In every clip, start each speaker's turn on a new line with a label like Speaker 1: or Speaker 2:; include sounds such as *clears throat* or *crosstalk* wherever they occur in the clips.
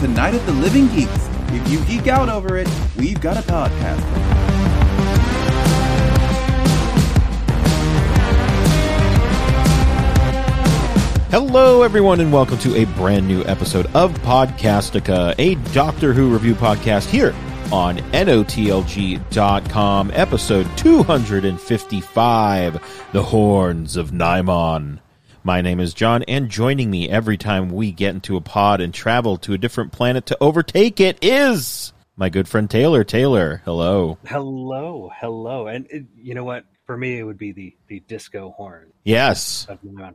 Speaker 1: to Night of the Living Geeks. If you geek out over it, we've got a podcast.
Speaker 2: Hello, everyone, and welcome to a brand new episode of Podcastica, a Doctor Who review podcast here on NOTLG.com, episode 255 The Horns of Nymon. My name is John, and joining me every time we get into a pod and travel to a different planet to overtake it is my good friend Taylor. Taylor, hello.
Speaker 3: Hello, hello, and it, you know what? For me, it would be the the disco horn
Speaker 2: Yes,
Speaker 3: of Neon.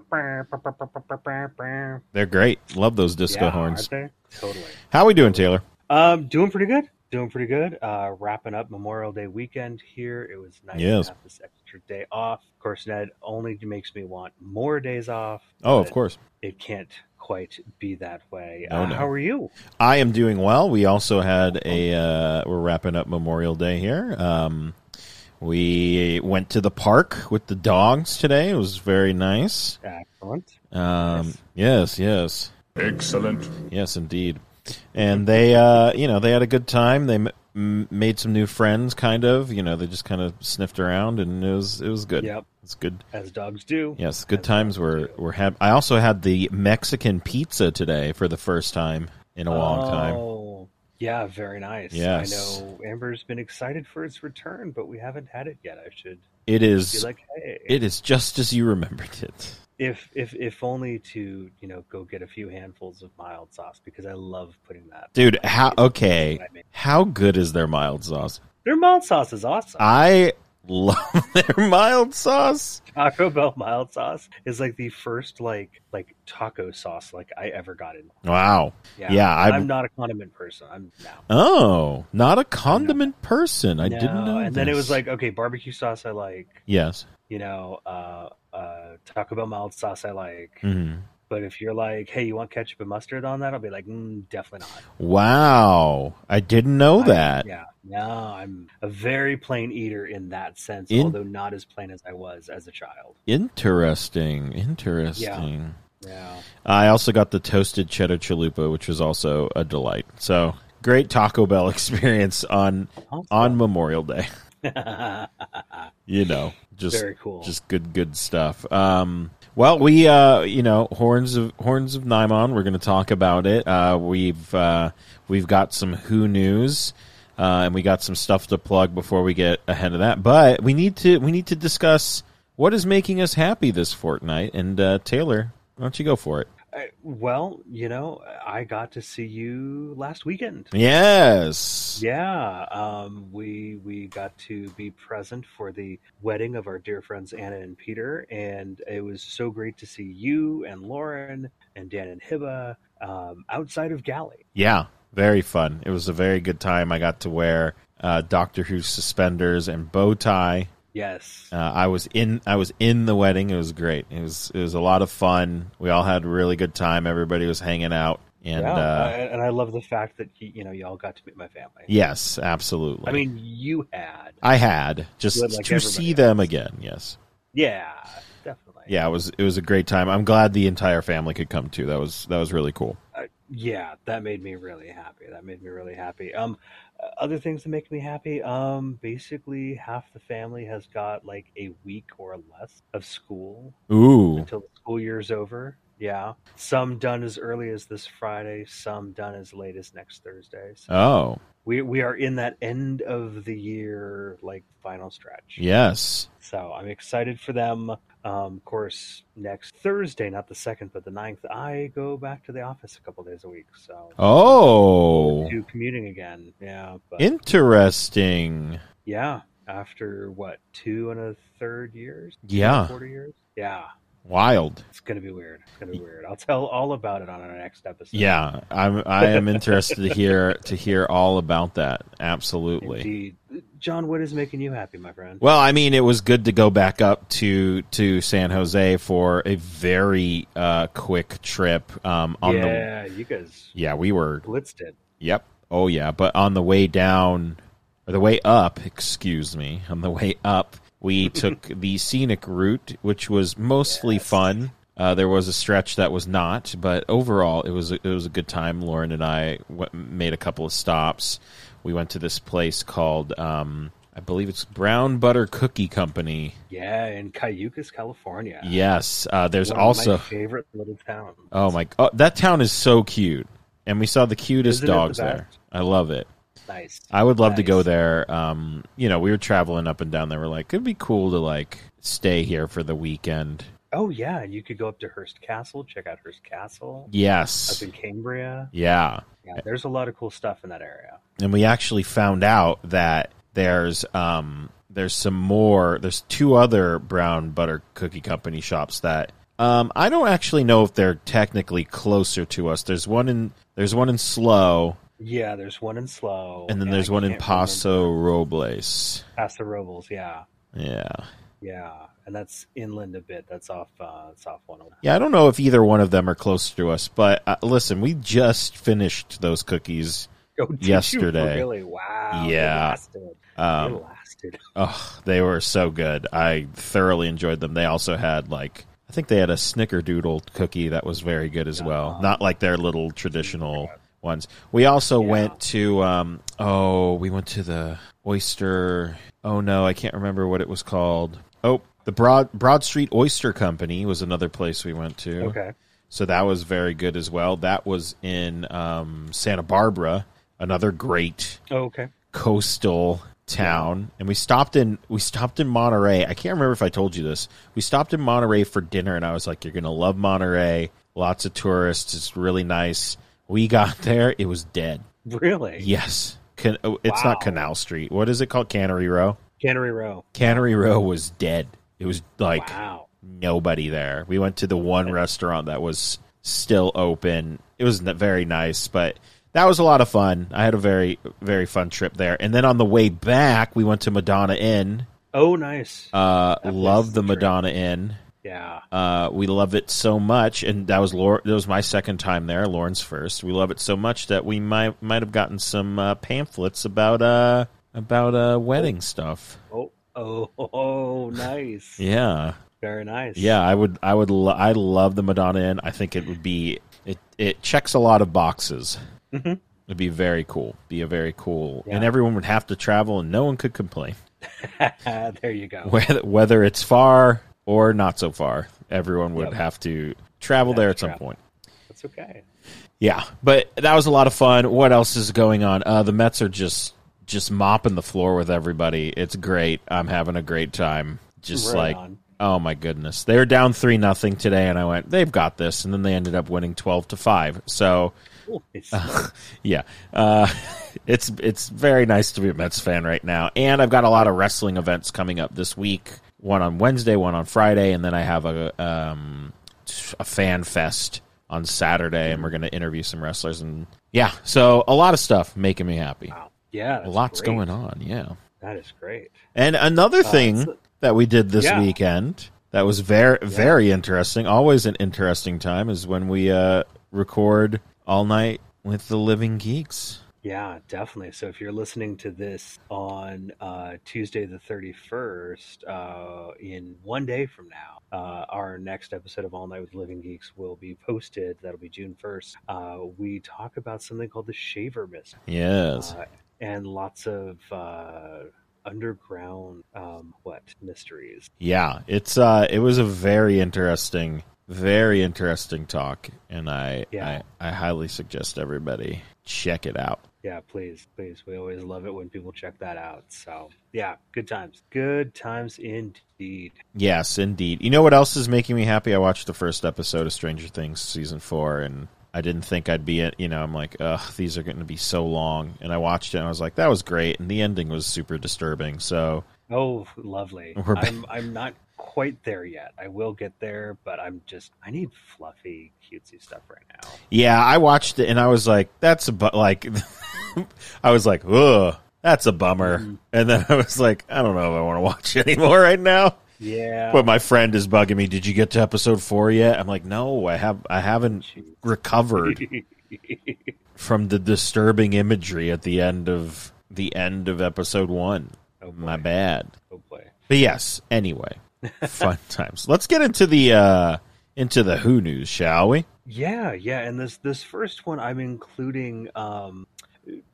Speaker 2: they're great. Love those disco
Speaker 3: Yeah,
Speaker 2: horns.
Speaker 3: aren't they? Totally.
Speaker 2: How we doing, Taylor?
Speaker 3: Um, doing pretty good. Doing pretty good. Uh, wrapping up Memorial Day weekend here. It was nice
Speaker 2: Yes.
Speaker 3: to have this extra day off. Of course, Ned only makes me want more days off.
Speaker 2: Oh, of
Speaker 3: but
Speaker 2: course.
Speaker 3: It can't quite be that way.
Speaker 2: No,
Speaker 3: uh,
Speaker 2: no.
Speaker 3: How are you?
Speaker 2: I am doing well. We also had a uh, we're wrapping up Memorial Day here. Um, we went to the park with the dogs today. It was very nice.
Speaker 3: Excellent.
Speaker 2: Um, yes, yes,
Speaker 4: Excellent.
Speaker 2: yes, indeed. And they, uh, you know, they had a good time. They m- m- made some new friends, kind of. You know, they just kind of sniffed around, and it was it was good.
Speaker 3: Yep.
Speaker 2: It's good.
Speaker 3: As dogs do.
Speaker 2: Yes, good
Speaker 3: As
Speaker 2: times
Speaker 3: dogs
Speaker 2: were
Speaker 3: do.
Speaker 2: were had. I also had the Mexican pizza today for the first time in a long time.
Speaker 3: Oh, yeah, very nice.
Speaker 2: Yes.
Speaker 3: I know Amber's been excited for its return, but we haven't had it yet. I should
Speaker 2: It
Speaker 3: be
Speaker 2: is
Speaker 3: like, hey,
Speaker 2: It is just as you remembered it.
Speaker 3: if if if only to you know go get a few handfuls of mild sauce because I love putting that.
Speaker 2: Dude,
Speaker 3: on my
Speaker 2: how
Speaker 3: pizza.
Speaker 2: ah, okay.
Speaker 3: I mean,
Speaker 2: How good is their mild sauce?
Speaker 3: Their mild sauce is
Speaker 2: Ah.
Speaker 3: awesome.
Speaker 2: I love *laughs* their mild sauce.
Speaker 3: Taco Bell mild sauce is like the first like like taco sauce like I ever got in.
Speaker 2: Wow. Yeah,
Speaker 3: I'm,
Speaker 2: I've-
Speaker 3: not a condiment person. I'm now.
Speaker 2: Oh, not a condiment person. I didn't know.
Speaker 3: And then it
Speaker 2: this.
Speaker 3: was like okay, barbecue sauce I like.
Speaker 2: Yes.
Speaker 3: you know, uh, uh, Taco Bell mild sauce I like.
Speaker 2: hmm
Speaker 3: But if you're like, hey, you want ketchup and mustard on that? I'll be like, mm, definitely not.
Speaker 2: Wow. I didn't know
Speaker 3: I-
Speaker 2: that.
Speaker 3: yeah. No, I'm a very plain eater in that sense,
Speaker 2: In-
Speaker 3: although not as plain as I was as a child.
Speaker 2: Interesting. Interesting.
Speaker 3: Yeah.
Speaker 2: I also got the toasted cheddar chalupa, which was also a delight. So great Taco Bell *laughs* experience on on Memorial
Speaker 3: *laughs*
Speaker 2: Day. You know, just
Speaker 3: very cool.
Speaker 2: just good good stuff um well we uh you know horns of horns of nymon we're going to talk about it uh we've uh we've got some who news uh and we got some stuff to plug before we get ahead of that but we need to we need to discuss what is making us happy this fortnight and uh taylor why don't you go for it
Speaker 3: I, well, you know, I got to see you last weekend.
Speaker 2: yes
Speaker 3: Yeah, um, we we got to be present for the wedding of our dear friends Anna and Peter, and it was so great to see you and Lauren and Dan and Hiba um, outside of Galley.
Speaker 2: Yeah, very fun. It was a very good time. I got to wear uh, Doctor Who suspenders and bow tie.
Speaker 3: Yes,
Speaker 2: Uh, I was in. I was in the wedding. It was great. It was. It was a lot of fun. We all had a really good time. Everybody was hanging out. And
Speaker 3: yeah,
Speaker 2: uh,
Speaker 3: I- and I love the fact that you, you know y'all got to meet my family.
Speaker 2: yes, absolutely.
Speaker 3: I mean, you had,
Speaker 2: I had just
Speaker 3: Good, like
Speaker 2: to
Speaker 3: everybody
Speaker 2: see
Speaker 3: else.
Speaker 2: them again. Yes.
Speaker 3: yeah, definitely,
Speaker 2: Yeah. It was. It was a great time. I'm glad the entire family could come too. That was. That was really cool.
Speaker 3: uh, yeah, that made me really happy. That made me really happy. Um, uh, other things that make me happy. Um, basically, half the family has got like a week or less of school
Speaker 2: Ooh.
Speaker 3: until the school year's over. Yeah, some done as early as this Friday, some done as late as next Thursday. So
Speaker 2: Oh.
Speaker 3: we we are in that end of the year like final stretch.
Speaker 2: Yes.
Speaker 3: So I'm excited for them. Um, of course, next Thursday, not the second, but the 9th, I go back to the office a couple days a week. So
Speaker 2: Oh.
Speaker 3: to commuting again. Yeah, but
Speaker 2: Interesting.
Speaker 3: yeah, after what two and a third years?
Speaker 2: Yeah.
Speaker 3: quarter years. Yeah,
Speaker 2: Wild.
Speaker 3: it's gonna be weird. It's gonna be weird. I'll tell all about it on our next episode.
Speaker 2: Yeah, I'm. I am interested to hear to hear all about that. Absolutely.
Speaker 3: Indeed. John, what is making you happy, my friend?
Speaker 2: Well, I mean, it was good to go back up to to San Jose for a very uh, quick trip. Um, on the
Speaker 3: yeah, you guys
Speaker 2: yeah, we were.
Speaker 3: blitzed it.
Speaker 2: Yep. Oh yeah, but on the way down, or the way up, excuse me,
Speaker 3: *laughs*
Speaker 2: on the way up, we took the scenic route, which was mostly
Speaker 3: Yes.
Speaker 2: fun. Uh, there was a stretch that was not, but overall, it was a, it was a good time. Lauren and I w- made a couple of stops. We went to this place called, um, I believe it's Brown Butter Cookie Company.
Speaker 3: Yeah, in Cayucas, California.
Speaker 2: Yes, uh, there's
Speaker 3: One of
Speaker 2: also.
Speaker 3: my favorite little town.
Speaker 2: oh my! Oh, that town is so cute, and we saw the cutest
Speaker 3: Isn't it the
Speaker 2: dogs there.
Speaker 3: best?
Speaker 2: I love it.
Speaker 3: Nice.
Speaker 2: I would love to
Speaker 3: Nice.
Speaker 2: go there. Um, you know, we were traveling up and down there. We're like, it'd be cool to like stay here for the weekend.
Speaker 3: Oh yeah, and you could go up to Hearst Castle, check out Hearst Castle up
Speaker 2: Yes.
Speaker 3: in Cambria.
Speaker 2: Yeah.
Speaker 3: Yeah, there's a lot of cool stuff in that area.
Speaker 2: and we actually found out that there's um there's some more there's two other brown butter cookie company shops that um I don't actually know if they're technically closer to us. There's one in there's one in Slow
Speaker 3: Yeah, there's one in Slow,
Speaker 2: and then
Speaker 3: I
Speaker 2: there's one in
Speaker 3: can't
Speaker 2: Paso Robles.
Speaker 3: remember- Paso Robles, yeah,
Speaker 2: Yeah.
Speaker 3: yeah, and that's inland a bit. That's off, uh, it's off one. *laughs* of-
Speaker 2: Yeah, I don't know if either one of them are close to us, but uh, listen, we just finished those cookies.
Speaker 3: Oh, did you
Speaker 2: Yesterday.
Speaker 3: really? Wow. they
Speaker 2: Yeah.
Speaker 3: lasted. They
Speaker 2: Um,
Speaker 3: lasted.
Speaker 2: Oh, they were so good. I thoroughly enjoyed them. They also had like I think they had a snickerdoodle cookie that was very good as well.
Speaker 3: Yeah.
Speaker 2: Not like their little traditional ones. We also
Speaker 3: Yeah.
Speaker 2: went to um oh, we went to the oyster oh no, I can't remember what it was called. Oh, the Broad Broad Street Oyster Company was another place we went to.
Speaker 3: Okay.
Speaker 2: So that was very good as well. That was in um, Santa Barbara, another great
Speaker 3: Oh, okay.
Speaker 2: coastal town and we stopped in we stopped in Monterey. I can't remember if I told you this. We stopped in Monterey for dinner and I was like you're going to love Monterey. Lots of tourists. It's really nice. We got *laughs* there, it was dead.
Speaker 3: Really?
Speaker 2: Yes. Can, oh, it's
Speaker 3: Wow.
Speaker 2: not Canal Street. What is it called? Cannery Row.
Speaker 3: Cannery Row.
Speaker 2: Cannery Row was dead. It was like
Speaker 3: wow.
Speaker 2: nobody there. We went to the one restaurant that was still open. It was n- very nice, but that was a lot of fun. I had a very very fun trip there. And then on the way back, we went to Madonna Inn.
Speaker 3: Oh, nice.
Speaker 2: Uh,
Speaker 3: That place
Speaker 2: love
Speaker 3: is
Speaker 2: the
Speaker 3: great.
Speaker 2: Madonna Inn.
Speaker 3: yeah.
Speaker 2: Uh, we love it so much, and that was Laura, that was my second time there. Lauren's first. We love it so much that we might might have gotten some uh, pamphlets about uh about uh wedding stuff.
Speaker 3: Oh, oh, oh, *laughs* nice.
Speaker 2: Yeah.
Speaker 3: Very nice.
Speaker 2: Yeah, I would. I would. Lo- I love the Madonna Inn. I think it would be. It it checks a lot of boxes.
Speaker 3: Mhm.
Speaker 2: It'd be very cool. Be a very cool, and
Speaker 3: Yeah.
Speaker 2: everyone would have to travel, and no one could complain.
Speaker 3: *laughs*
Speaker 2: *laughs*
Speaker 3: there you go.
Speaker 2: Whether whether it's far or not so far, everyone would
Speaker 3: Yep.
Speaker 2: have to travel
Speaker 3: Have
Speaker 2: there
Speaker 3: to
Speaker 2: at some
Speaker 3: travel.
Speaker 2: point.
Speaker 3: That's okay.
Speaker 2: Yeah, but that was a lot of fun. What else is going on? Uh, the Mets are just just mopping the floor with everybody. It's great. I'm having a great time. Just like
Speaker 3: Right on.
Speaker 2: oh my goodness, they were down three nothing today, and I went, they've got this, and then they ended up winning twelve to five. So *laughs*
Speaker 3: Nice.
Speaker 2: yeah, uh, *laughs* it's it's very nice to be a Mets fan right now, and I've got a lot of wrestling events coming up this week. One on Wednesday, one on Friday, and then I have a um, a fan fest on Saturday, and we're going to interview some wrestlers and yeah, so a lot of stuff making me happy.
Speaker 3: Wow. Yeah. that's
Speaker 2: Lots
Speaker 3: great.
Speaker 2: going on, yeah.
Speaker 3: That is great.
Speaker 2: And another thing
Speaker 3: that's-
Speaker 2: that we did this
Speaker 3: Yeah.
Speaker 2: weekend that was very very interesting, always an interesting time, is when we uh, record all night with the Living Geeks.
Speaker 3: Yeah, definitely. So if you're listening to this on uh, Tuesday the 31st, uh, in one day from now, uh, our next episode of All Night with Living Geeks will be posted. That'll be June 1st. Uh, we talk about something called the Shaver Mist
Speaker 2: Yes.
Speaker 3: uh, and lots of uh, underground, um, what, mysteries.
Speaker 2: yeah, it's uh it was a very interesting very interesting talk and I
Speaker 3: Yeah.
Speaker 2: I, I highly suggest everybody check it out.
Speaker 3: Yeah, please, please. We always love it when people check that out. So, yeah, good times. Good times indeed.
Speaker 2: Yes, indeed. You know what else is making me happy? I watched the first episode of Stranger Things season 4 and I didn't think I'd be it, you know, I'm like, ugh, these are going to be so long. And I watched it and I was like, that was great and the ending was super disturbing. So,
Speaker 3: Oh, lovely.
Speaker 2: We're back.
Speaker 3: I'm, I'm not quite there yet. I will get there, but I'm just, I need fluffy, cutesy stuff right now.
Speaker 2: yeah, I watched it and I was like, that's a bu-, like *laughs* I was like, ugh, that's a bummer.
Speaker 3: Mm-hmm.
Speaker 2: And then I was like, I don't know if I want to watch *laughs* it anymore right now.
Speaker 3: Yeah.
Speaker 2: *laughs* But my friend is bugging me. Did you get to episode four yet? I'm like, no, I have. I haven't
Speaker 3: Jeez. *laughs*
Speaker 2: recovered from the disturbing imagery at the end of the end of episode one.
Speaker 3: Oh, boy.
Speaker 2: my bad.
Speaker 3: oh, boy. *laughs*
Speaker 2: But yes. Anyway, fun times. Let's get into the uh, into the Who News, shall we?
Speaker 3: Yeah, yeah, and this this first one I'm including um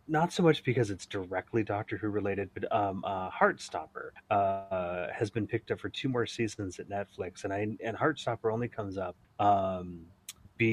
Speaker 3: not so much because it's directly Doctor Who related, but um uh Heartstopper uh has been picked up for two more seasons at Netflix and I and Heartstopper only comes up um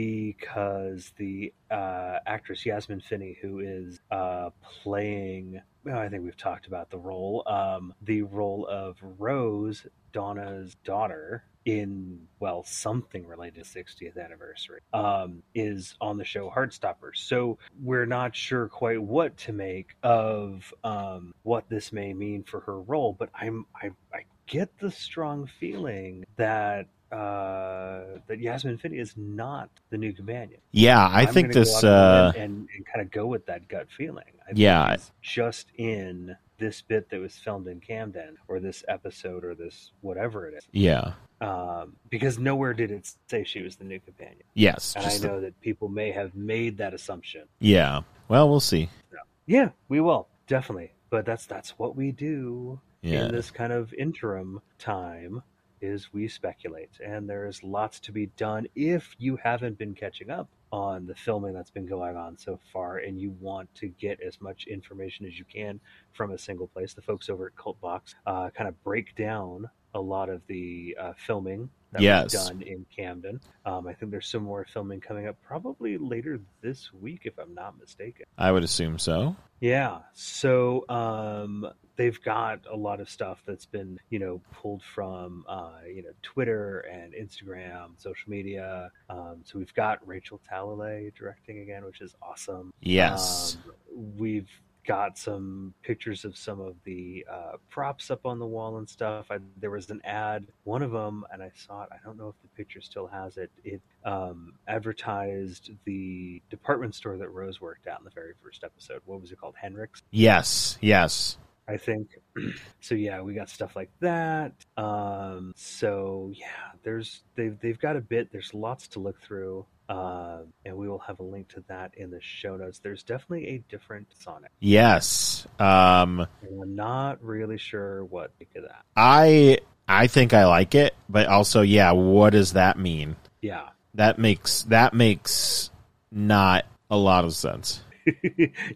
Speaker 3: because the uh, actress Yasmin Finney, who is uh, playing, well, I think we've talked about the role, um, the role of Rose, Donna's daughter, in well something related to 60th anniversary, um, is on the show Heartstopper. So we're not sure quite what to make of um, what this may mean for her role, but I'm I, I get the strong feeling that uh, that Yasmin Finney is not the new companion.
Speaker 2: Yeah, I
Speaker 3: I'm
Speaker 2: think
Speaker 3: gonna go
Speaker 2: this.
Speaker 3: out on a
Speaker 2: Uh,
Speaker 3: limb and, and kind of go with that gut feeling. I think
Speaker 2: Yeah.
Speaker 3: it's just in this bit that was filmed in Camden, or this episode, or this whatever it is,
Speaker 2: yeah.
Speaker 3: um, because nowhere did it say she was the new companion.
Speaker 2: Yes.
Speaker 3: And
Speaker 2: Just
Speaker 3: I
Speaker 2: the-
Speaker 3: know that people may have made that assumption.
Speaker 2: yeah. Well, we'll see.
Speaker 3: Yeah, we will definitely, but that's that's what we do
Speaker 2: Yeah.
Speaker 3: in this kind of interim time is we speculate and there's lots to be done if you haven't been catching up on the filming that's been going on so far and you want to get as much information as you can from a single place the folks over at cult box uh, kind of break down a lot of the uh, filming that
Speaker 2: Yes.
Speaker 3: was done in camden um, i think there's some more filming coming up probably later this week if i'm not mistaken
Speaker 2: I would assume so.
Speaker 3: yeah. So um, they've got a lot of stuff that's been, you know, pulled from, uh, you know, Twitter and Instagram, social media. Um, so we've got Rachel Talalay directing again, which is awesome.
Speaker 2: Yes.
Speaker 3: Um, we've got some pictures of some of the uh, props up on the wall and stuff. I, there was an ad, one of them, and I saw it. I don't know if the picture still has it. It um, advertised the department store that Rose worked at in the very first episode. What was it called? Henrik's,
Speaker 2: yes. Yes.
Speaker 3: I think. *clears throat* so yeah, we got stuff like that. Um, so yeah, there's they've they've got a bit. There's lots to look through. Um, and we will have a link to that in the show notes. There's definitely a different Sonic.
Speaker 2: Yes. Um,
Speaker 3: And I'm not really sure what to think of that.
Speaker 2: I I think I like it, but also, yeah. What does that mean?
Speaker 3: Yeah. *laughs*
Speaker 2: That makes that makes not a lot of sense.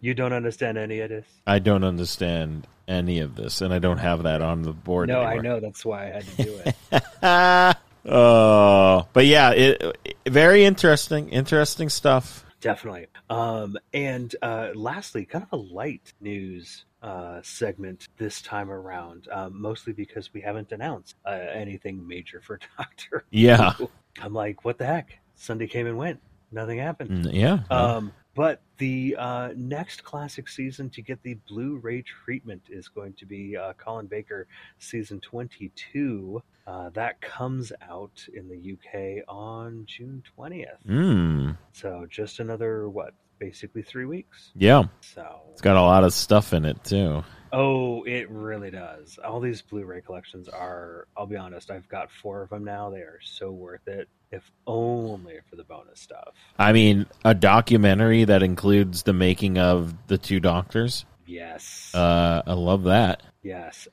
Speaker 3: you don't understand any of this?
Speaker 2: I don't understand any of this, and I don't have that on the board.
Speaker 3: No, I
Speaker 2: anymore.
Speaker 3: know. That's why I had to do it.
Speaker 2: *laughs* oh, but yeah, it, it- very interesting, interesting stuff.
Speaker 3: Definitely. Um, and uh, lastly, kind of a light news uh, segment this time around, um, mostly because we haven't announced uh, anything major for *laughs* Doctor.
Speaker 2: Yeah,
Speaker 3: Who. I'm like, what the heck? Sunday came and went. Nothing happened.
Speaker 2: Mm, yeah,
Speaker 3: Um, but the uh, next classic season to get the Blu-ray treatment is going to be uh, Colin Baker season 22. Uh, that comes out in the UK on June 20th.
Speaker 2: Mm,
Speaker 3: So just another what, basically three weeks.
Speaker 2: yeah.
Speaker 3: So
Speaker 2: It's got a lot of stuff in it too.
Speaker 3: oh, it really does. All these Blu-ray collections are. I'll be honest, I've got four of them now. They are so worth it, if only for the bonus stuff.
Speaker 2: I mean, a documentary that includes the making of the two doctors.
Speaker 3: Yes.
Speaker 2: Uh, I love that.
Speaker 3: Yes,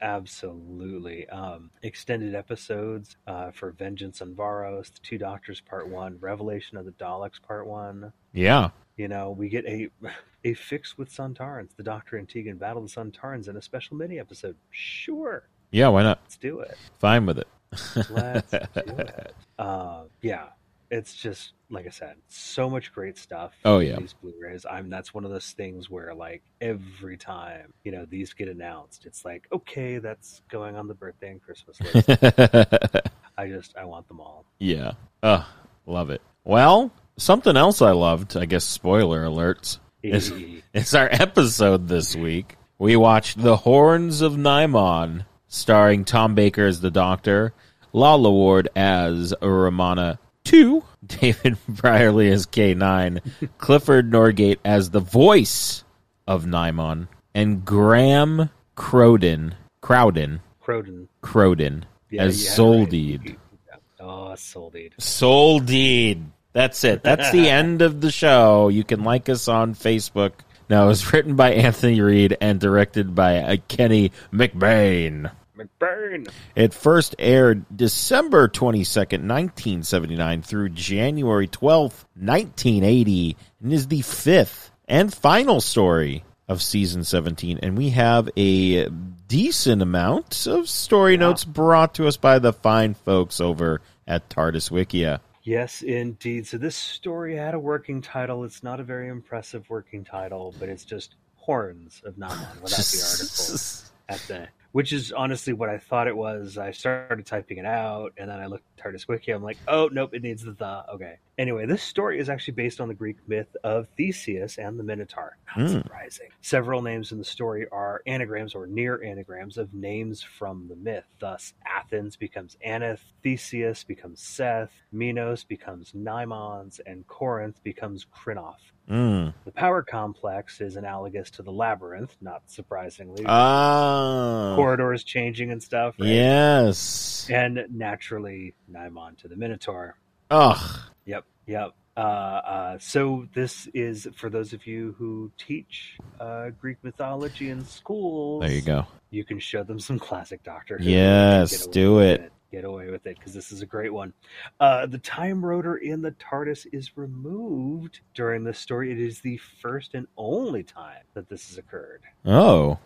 Speaker 3: absolutely. Um, extended episodes uh, for Vengeance on Varos, The Two Doctors Part One, Revelation of the Daleks Part One.
Speaker 2: Yeah,
Speaker 3: You know, we get a a fix with Suntarans. The Doctor and Tegan battle the Suntarans in a special mini episode. Sure,
Speaker 2: yeah. Why not?
Speaker 3: let's do it.
Speaker 2: Fine with it.
Speaker 3: Let's do
Speaker 2: *laughs*
Speaker 3: it. Uh, yeah, it's just like I said, so much great stuff.
Speaker 2: Oh,
Speaker 3: in
Speaker 2: yeah.
Speaker 3: these Blu-rays. I'm that's one of those things where like every time you know these get announced, it's like okay, that's going on the birthday and Christmas
Speaker 2: *laughs*
Speaker 3: list. I just I want them all.
Speaker 2: yeah. Uh, love it. Well, something else I loved. I guess spoiler alerts. Yes. It's our episode this week. We watched The Horns of Nymon, starring Tom Baker as the Doctor, Lala Ward as Romana 2, *laughs* David Brierly as K9, Clifford Norgate as the voice of Nymon, and Graham Crowden, Crowden,
Speaker 3: Croden
Speaker 2: Crowden as
Speaker 3: you had it right.
Speaker 2: Soldeed.
Speaker 3: Oh, Soldeed.
Speaker 2: Soul Deed. That's it. That's the end of the show. You can like us on Facebook. Now, it was written by Anthony Reed and directed by uh, Kenny McBain.
Speaker 3: McBurn.
Speaker 2: It first aired December 22nd, 1979 through January 12th, 1980, and is the fifth and final story of season 17. And we have a decent amount of story notes brought to us by the fine folks over at TARDIS Wikia.
Speaker 3: Yes, indeed. So this story had a working title. It's not a very impressive working title, but it's just Horns of
Speaker 2: *laughs*
Speaker 3: Naman without the article. at the which is honestly what I thought it was. I started typing it out and then I looked at TARDIS Wiki. I'm like, oh nope, it needs the the. Okay. Anyway, this story is actually based on the Greek myth of Theseus and the Minotaur. Not
Speaker 2: Hmm.
Speaker 3: surprising. Several names in the story are anagrams or near anagrams of names from the myth. Thus, Athens becomes Aneth, Theseus becomes Seth, Minos becomes Nimons, and Corinth becomes Krinoth.
Speaker 2: Mm.
Speaker 3: The power complex is analogous to the labyrinth, not surprisingly
Speaker 2: Ah.
Speaker 3: corridors changing and stuff. right?
Speaker 2: Yes.
Speaker 3: And naturally, Nymon to the Minotaur.
Speaker 2: Ugh.
Speaker 3: Yep, yep. Uh, uh, so this is for those of you who teach uh, Greek mythology in schools.
Speaker 2: There you go.
Speaker 3: You can show them some classic Doctor. Who.
Speaker 2: Yes,
Speaker 3: Get away
Speaker 2: do
Speaker 3: with
Speaker 2: it.
Speaker 3: Get away with it because this is a great one. Uh, the time rotor in the TARDIS is removed during this story. It is the first and only time that this has occurred. *clears throat*
Speaker 2: Oh.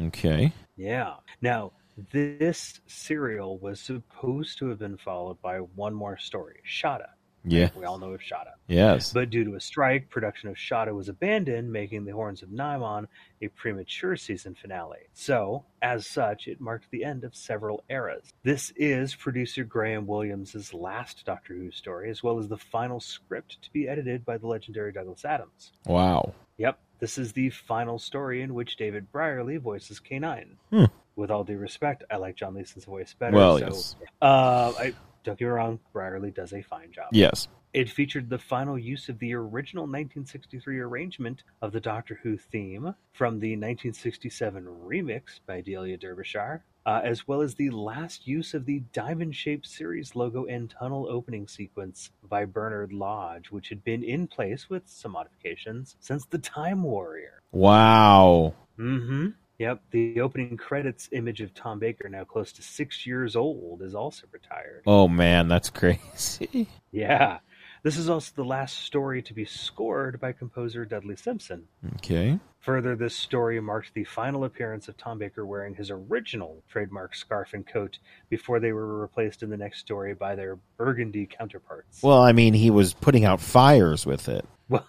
Speaker 2: Okay.
Speaker 3: Yeah. Now, this serial was supposed to have been followed by one more story, Shada.
Speaker 2: Yeah.
Speaker 3: We all know of Shada.
Speaker 2: Yes.
Speaker 3: But due to a strike, production of Shada was abandoned, making The Horns of Nymon a premature season finale. So, as such, it marked the end of several eras. This is producer Graham Williams' last Doctor Who story, as well as the final script to be edited by the legendary Douglas Adams.
Speaker 2: Wow.
Speaker 3: Yep, this is the final story in which David Brierly voices K9.
Speaker 2: Hmm.
Speaker 3: With all due respect, I like John Leeson's voice better.
Speaker 2: Well,
Speaker 3: so,
Speaker 2: yes.
Speaker 3: uh, I, don't get me wrong, Brierly does a fine job.
Speaker 2: Yes.
Speaker 3: It featured the final use of the original 1963 arrangement of the Doctor Who theme from the 1967 remix by Delia Derbyshire, uh, as well as the last use of the diamond shaped series logo and tunnel opening sequence by Bernard Lodge, which had been in place with some modifications since the Time Warrior.
Speaker 2: Wow.
Speaker 3: Mm-hmm. Yep. The opening credits image of Tom Baker, now close to six years old, is also retired.
Speaker 2: Oh man, that's *laughs* crazy.
Speaker 3: Yeah. This is also the last story to be scored by composer Dudley Simpson.
Speaker 2: Okay.
Speaker 3: Further, this story marked the final appearance of Tom Baker wearing his original trademark scarf and coat before they were replaced in the next story by their burgundy counterparts.
Speaker 2: Well, I mean, he was putting out fires with it.
Speaker 3: Well,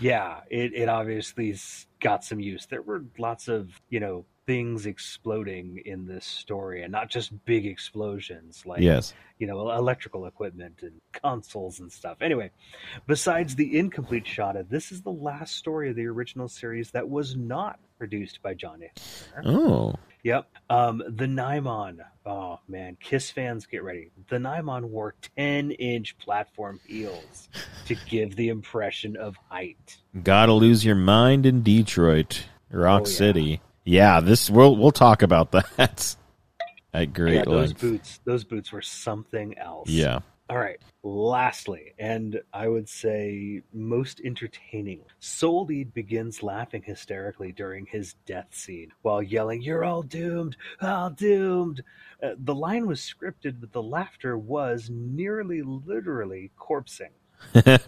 Speaker 3: yeah, it, it obviously s- got some use. There were lots of, you know, things exploding in this story and not just big explosions like
Speaker 2: Yes.
Speaker 3: you know, electrical equipment and consoles and stuff. Anyway, besides the incomplete Shada, this is the last story of the original series that was not produced by John Aitken.
Speaker 2: Oh.
Speaker 3: Yep. Um, the Nymon. Oh man, Kiss fans get ready. The Nymon wore ten-inch platform heels to give the impression of height.
Speaker 2: Gotta lose your mind in Detroit, Rock
Speaker 3: Oh, yeah.
Speaker 2: City. Yeah. This we'll we'll talk about *laughs* that at great
Speaker 3: Yeah, those
Speaker 2: length.
Speaker 3: boots. Those boots were something else.
Speaker 2: Yeah.
Speaker 3: All right. Lastly, and I would say most entertaining, Soul Eat begins laughing hysterically during his death scene while yelling, You're all doomed! All doomed! Uh, the line was scripted, but the laughter was nearly literally corpsing.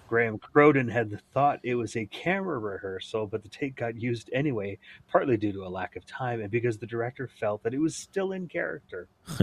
Speaker 3: Graham Croden had thought it was a camera rehearsal, but the take got used anyway, partly due to a lack of time and because the director felt that it was still in character.
Speaker 2: *laughs*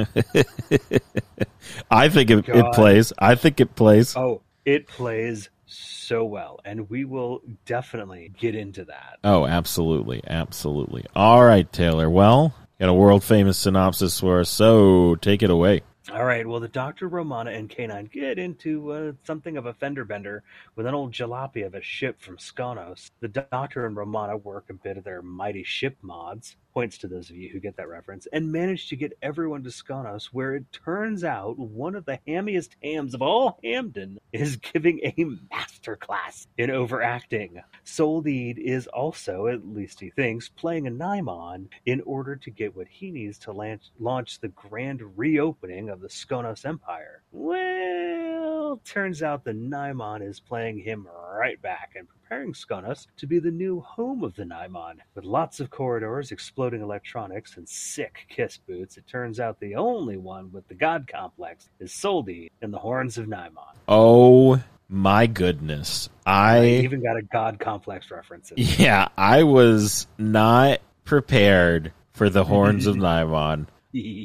Speaker 2: I think it, it
Speaker 3: God.
Speaker 2: plays. I think it plays.
Speaker 3: Oh, it plays so well, and we will definitely get into that.
Speaker 2: Oh, absolutely, absolutely. All right, Taylor. Well, got a world famous synopsis for us, so take it away.
Speaker 3: All right, well, the Doctor Romana and K9 get into uh, something of a fender bender with an old jalopy of a ship from Skonos. The Doctor and Romana work a bit of their mighty ship mods, points to those of you who get that reference, and manage to get everyone to Skonos, where it turns out one of the hammiest hams of all Hamden is giving a masterclass in overacting. Soldeed is also, at least he thinks, playing a Nymon in order to get what he needs to lan- launch the grand reopening of the Skonos Empire. Well, Well, turns out the Nymon is playing him right back and preparing Skonos to be the new home of the Nymon. With lots of corridors, exploding electronics, and sick kiss boots, it turns out the only one with the god complex is Soldi and the Horns of Nymon.
Speaker 2: Oh my goodness. I
Speaker 3: They even got a god complex reference. *laughs* In.
Speaker 2: *laughs* Yeah, I was not prepared for the horns
Speaker 3: *laughs*
Speaker 2: of Nymon.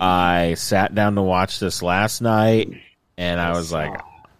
Speaker 2: I sat down to watch this last night and I was like,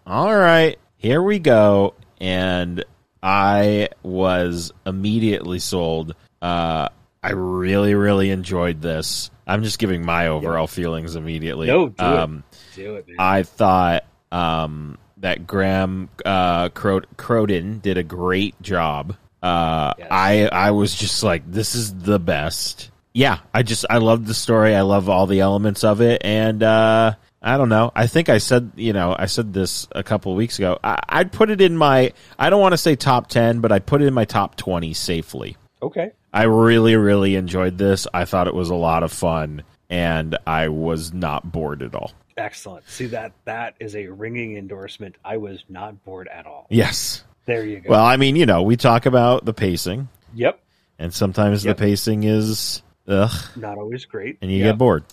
Speaker 2: all right, here we go. And I was immediately sold. Uh, I really, really enjoyed this. I'm just giving my overall feelings immediately.
Speaker 3: No, do it.
Speaker 2: um,
Speaker 3: do it, man.
Speaker 2: I thought um, that Graham uh, Cro- Croden did a great job. Uh,
Speaker 3: Yes.
Speaker 2: I I was just like, this is the best. Yeah, I just I love the story. I love all the elements of it, and uh, I don't know. I think I said you know I said this a couple of weeks ago. I, I'd put it in my I don't want to say top ten, but I'd put it in my top twenty safely.
Speaker 3: okay.
Speaker 2: I really, really enjoyed this. I thought it was a lot of fun, and I was not bored at all.
Speaker 3: Excellent. See that that is a ringing endorsement. I was not bored at all.
Speaker 2: Yes,
Speaker 3: There you go.
Speaker 2: Well, I mean, you know, we talk about the pacing,
Speaker 3: yep.
Speaker 2: and sometimes
Speaker 3: Yep.
Speaker 2: the pacing is ugh,
Speaker 3: Not always great.
Speaker 2: and you
Speaker 3: Yep.
Speaker 2: get bored.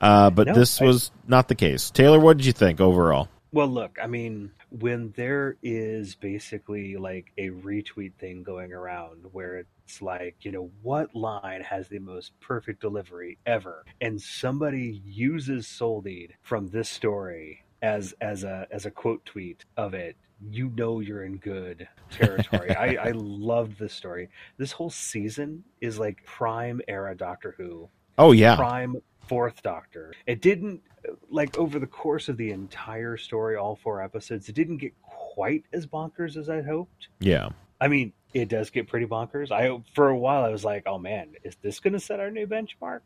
Speaker 2: Uh, but
Speaker 3: No,
Speaker 2: this
Speaker 3: I-
Speaker 2: was not the case. Taylor, what did you think overall?
Speaker 3: Well, look, I mean, when there is basically like a retweet thing going around where it's like, you know, what line has the most perfect delivery ever? And somebody uses Soul Need from this story as as a as a quote tweet of it. You know you're in good territory. I, I loved this story. This whole season is like prime era Doctor Who
Speaker 2: Oh yeah,
Speaker 3: prime fourth doctor it didn't like over the course of the entire story all four episodes it didn't get quite as bonkers as i hoped
Speaker 2: yeah, *laughs*
Speaker 3: i mean it does get pretty bonkers i for a while i was like oh man is this going to set our new benchmark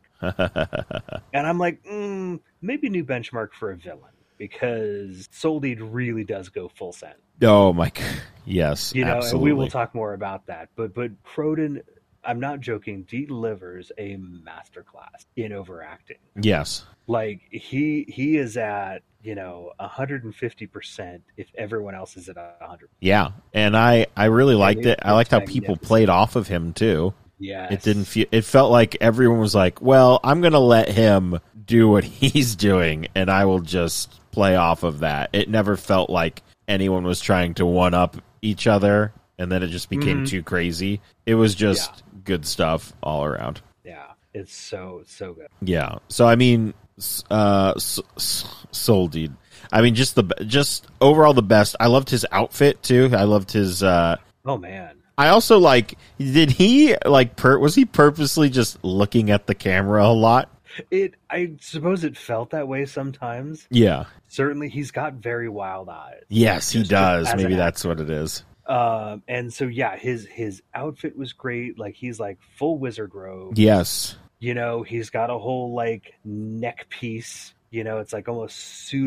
Speaker 3: and i'm like mm, maybe new benchmark for a villain because Soldeed really does go full send
Speaker 2: oh my, g- yes,
Speaker 3: you know,
Speaker 2: absolutely.
Speaker 3: and we will talk more about that. But but Croden, I'm not joking, delivers a masterclass in overacting.
Speaker 2: yes,
Speaker 3: Like he he is at you know 150 percent if everyone else is at 100.
Speaker 2: yeah, and I I really liked it.
Speaker 3: it
Speaker 2: I
Speaker 3: was
Speaker 2: liked how people
Speaker 3: magnificent.
Speaker 2: played off of him too.
Speaker 3: Yeah,
Speaker 2: It didn't feel. It felt like everyone was like, "Well, I'm going to let him do what *laughs* he's doing, and I will just play off of that." It never felt like anyone was trying to one up each other, and then it just became
Speaker 3: Mhm.
Speaker 2: too crazy. It was just good stuff all around.
Speaker 3: Yeah, it's so so good.
Speaker 2: Yeah. So I mean, s- uh, s- s- Soul Deed. I mean, just the be- just overall the best. I loved his outfit too. I loved his. uh
Speaker 3: Oh man,
Speaker 2: I also like. Did he like? Per- was he purposely just looking at the camera a lot?
Speaker 3: it I suppose it felt that way sometimes.
Speaker 2: Yeah.
Speaker 3: Certainly, he's got very wild eyes.
Speaker 2: Yes, he
Speaker 3: Just- just
Speaker 2: does.
Speaker 3: as
Speaker 2: Maybe
Speaker 3: an
Speaker 2: that's what it is.
Speaker 3: Um, and so yeah, his his outfit was great. Like he's like full wizard robe.
Speaker 2: Yes.
Speaker 3: You know, he's got a whole like neck piece. You know, it's like almost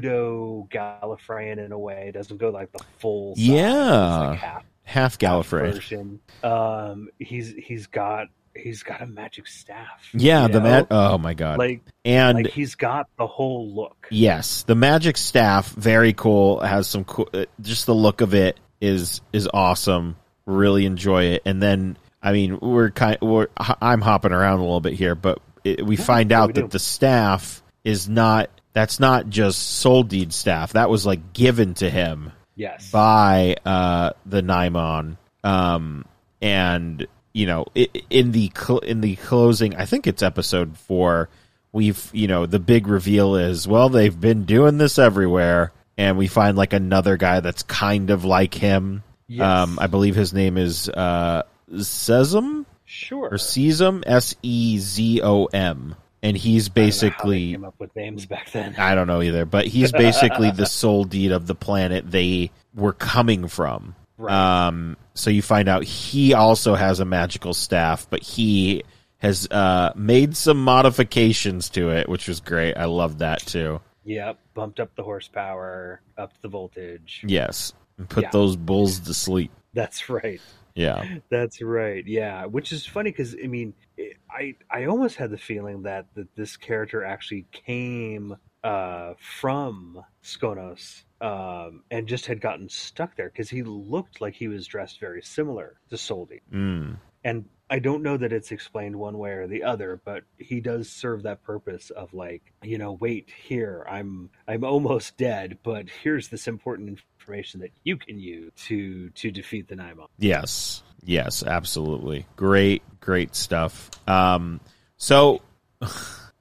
Speaker 3: pseudo Gallifreyan in a way. It doesn't go like the full. size,
Speaker 2: Yeah.
Speaker 3: it's like half
Speaker 2: Half Gallifrey.
Speaker 3: version. Um, he's he's got he's got a magic staff.
Speaker 2: yeah,
Speaker 3: you
Speaker 2: the
Speaker 3: know?
Speaker 2: mat. Oh my god.
Speaker 3: Like
Speaker 2: and
Speaker 3: like he's got the whole look.
Speaker 2: yes, the magic staff very cool. Has some cool uh, just the look of it is is awesome. Really enjoy it. And then I mean, we're kind we're h- I'm hopping around a little bit here, but it, we find
Speaker 3: yeah,
Speaker 2: out
Speaker 3: we
Speaker 2: that
Speaker 3: do.
Speaker 2: the staff is not that's not just soul deed staff. That was like given to him
Speaker 3: Yes.
Speaker 2: by uh, the Nymon, um, and you know, i in the cl- in the closing, I think it's episode four. We've you know the big reveal is well they've been doing this everywhere, and we find like another guy that's kind of like him.
Speaker 3: Yes.
Speaker 2: Um, I believe his name is uh, Sezum
Speaker 3: sure.
Speaker 2: or Sezum S E Z O M, and he's
Speaker 3: I don't know how they
Speaker 2: basically Uh,
Speaker 3: came up with names back
Speaker 2: *laughs*
Speaker 3: then.
Speaker 2: I don't know either, but he's basically the soul deed of the planet they were coming from.
Speaker 3: Right.
Speaker 2: Um, so you find out he also has a magical staff, but he has uh, made some modifications to it, which was great. I love that too.
Speaker 3: yep. Bumped up the horsepower, upped the voltage.
Speaker 2: Yes, And put
Speaker 3: Yeah.
Speaker 2: those bulls to sleep.
Speaker 3: That's right.
Speaker 2: Yeah,
Speaker 3: That's right. Yeah, which is funny because I mean, it- I I almost had the feeling that that this character actually came uh, from Skonos um, and just had gotten stuck there because he looked like he was dressed very similar to Soldi.
Speaker 2: Mm.
Speaker 3: And I don't know that it's explained one way or the other, but he does serve that purpose of like, you know, wait here, I'm I'm almost dead, but here's this important information that you can use to to defeat the Naimon.
Speaker 2: Yes. Yes, absolutely. Great, great stuff. Um, so *laughs*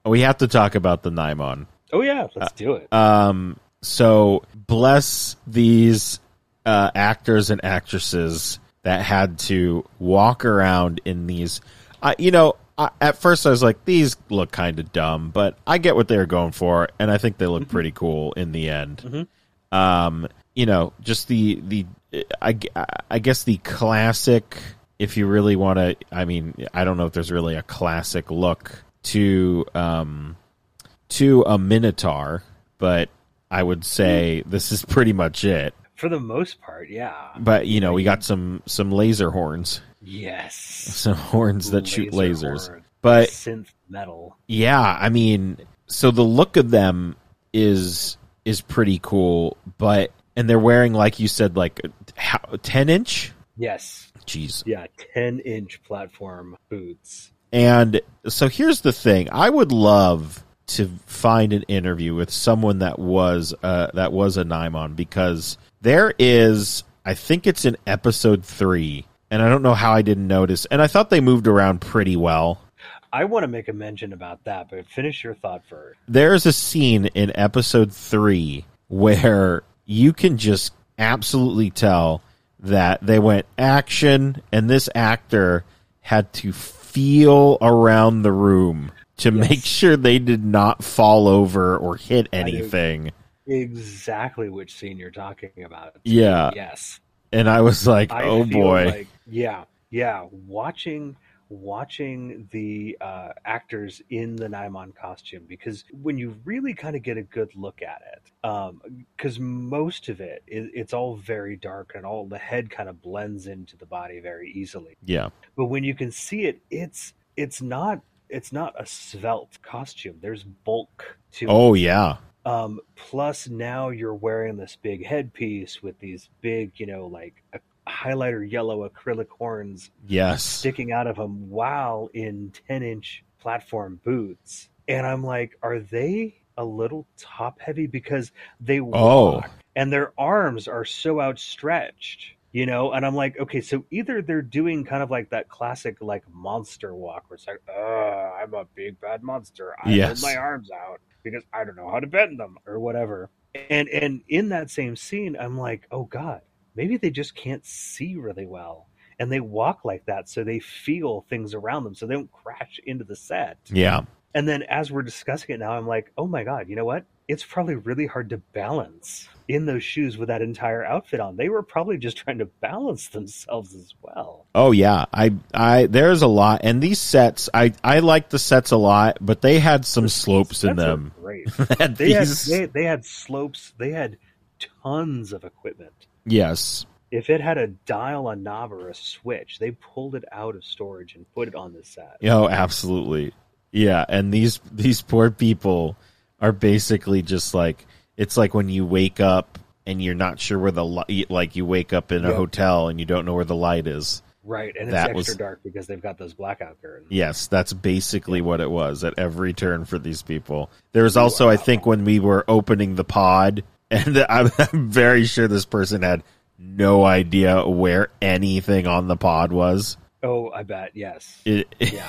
Speaker 2: we have to talk about the Naimon.
Speaker 3: Oh yeah, let's do it.
Speaker 2: Um, so bless these uh, actors and actresses that had to walk around in these. I, you know, I, at first I was like, these look kind of dumb, but I get what they were going for, and I think they look pretty cool in the end. Um, you know, just the the I, gu- I guess the classic. If you really want to, I mean, I don't know if there's really a classic look to um, to a minotaur, but I would say this is pretty much it.
Speaker 3: For the most part, yeah.
Speaker 2: But you know, we got some some laser horns, *laughs*
Speaker 3: Yes.
Speaker 2: some horns that shoot
Speaker 3: Laser
Speaker 2: lasers.
Speaker 3: horn.
Speaker 2: But
Speaker 3: synth metal.
Speaker 2: yeah, I mean, so the look of them is is pretty cool, but and they're wearing like you said, like uh, how, ten inch.
Speaker 3: Yes.
Speaker 2: Jeez.
Speaker 3: Yeah, 10 inch platform boots.
Speaker 2: And so here's the thing: I would love to find an interview with someone that was uh, that was a Nymon because there is, I think it's in episode three, and I don't know how I didn't notice. And I thought they moved around pretty well.
Speaker 3: I want to make a mention about that, but finish your thought first.
Speaker 2: there's a scene in episode three where you can just absolutely tell that they went action and this actor had to feel around the room to make sure they did not fall over or hit anything.
Speaker 3: Exactly which scene you're talking about.
Speaker 2: Yeah.
Speaker 3: Yes.
Speaker 2: And I was like,
Speaker 3: I
Speaker 2: oh
Speaker 3: feel
Speaker 2: boy.
Speaker 3: like- yeah, yeah. Watching watching the uh, actors in the Nymon costume because when you really kind of get a good look at it, because most of it, it it's all very dark and all the head kind of blends into the body very easily.
Speaker 2: yeah.
Speaker 3: But when you can see it, it's it's not it's not a svelte costume. There's bulk to it.
Speaker 2: Oh, yeah.
Speaker 3: Um, plus, now you're wearing this big headpiece with these big, you know, like a highlighter yellow acrylic horns
Speaker 2: Yes.
Speaker 3: sticking out of them while in 10 inch platform boots. And I'm like, are they a little top heavy? Because they
Speaker 2: Oh.
Speaker 3: walk and their arms are so outstretched. You know, and I'm like, okay, so either they're doing kind of like that classic like monster walk where it's like, Ugh, I'm a big bad monster. I
Speaker 2: Yes.
Speaker 3: hold my arms out because I don't know how to bend them or whatever. And and in that same scene, I'm like, oh God, maybe they just can't see really well. And they walk like that so they feel things around them so they don't crash into the set.
Speaker 2: Yeah.
Speaker 3: And then as we're discussing it now, I'm like, oh my God, you know what? It's probably really hard to balance in those shoes with that entire outfit on. They were probably just trying to balance themselves as well.
Speaker 2: Oh yeah, I I there's a lot, and these sets I I like the sets a lot, but they had some slopes in
Speaker 3: That's a
Speaker 2: them. *laughs*
Speaker 3: Great.
Speaker 2: That
Speaker 3: They had,
Speaker 2: these-
Speaker 3: they, they had slopes, they had tons of equipment.
Speaker 2: yes,
Speaker 3: If it had a dial, a knob, or a switch, they pulled it out of storage and put it on this set.
Speaker 2: oh, absolutely, yeah. And these these poor people are basically just like it's like when you wake up and you're not sure where the light, like you wake up in a
Speaker 3: Yeah.
Speaker 2: hotel and you don't know where the light is.
Speaker 3: Right. And it's
Speaker 2: That
Speaker 3: extra
Speaker 2: was-
Speaker 3: dark because they've got those blackout curtains.
Speaker 2: Yes, that's basically what it was at every turn for these people. There was also, I think, when we were opening the pod, *laughs* and I'm, I'm very sure this person had no idea where anything on the pod was.
Speaker 3: Oh, I bet. Yes.
Speaker 2: It,
Speaker 3: yeah.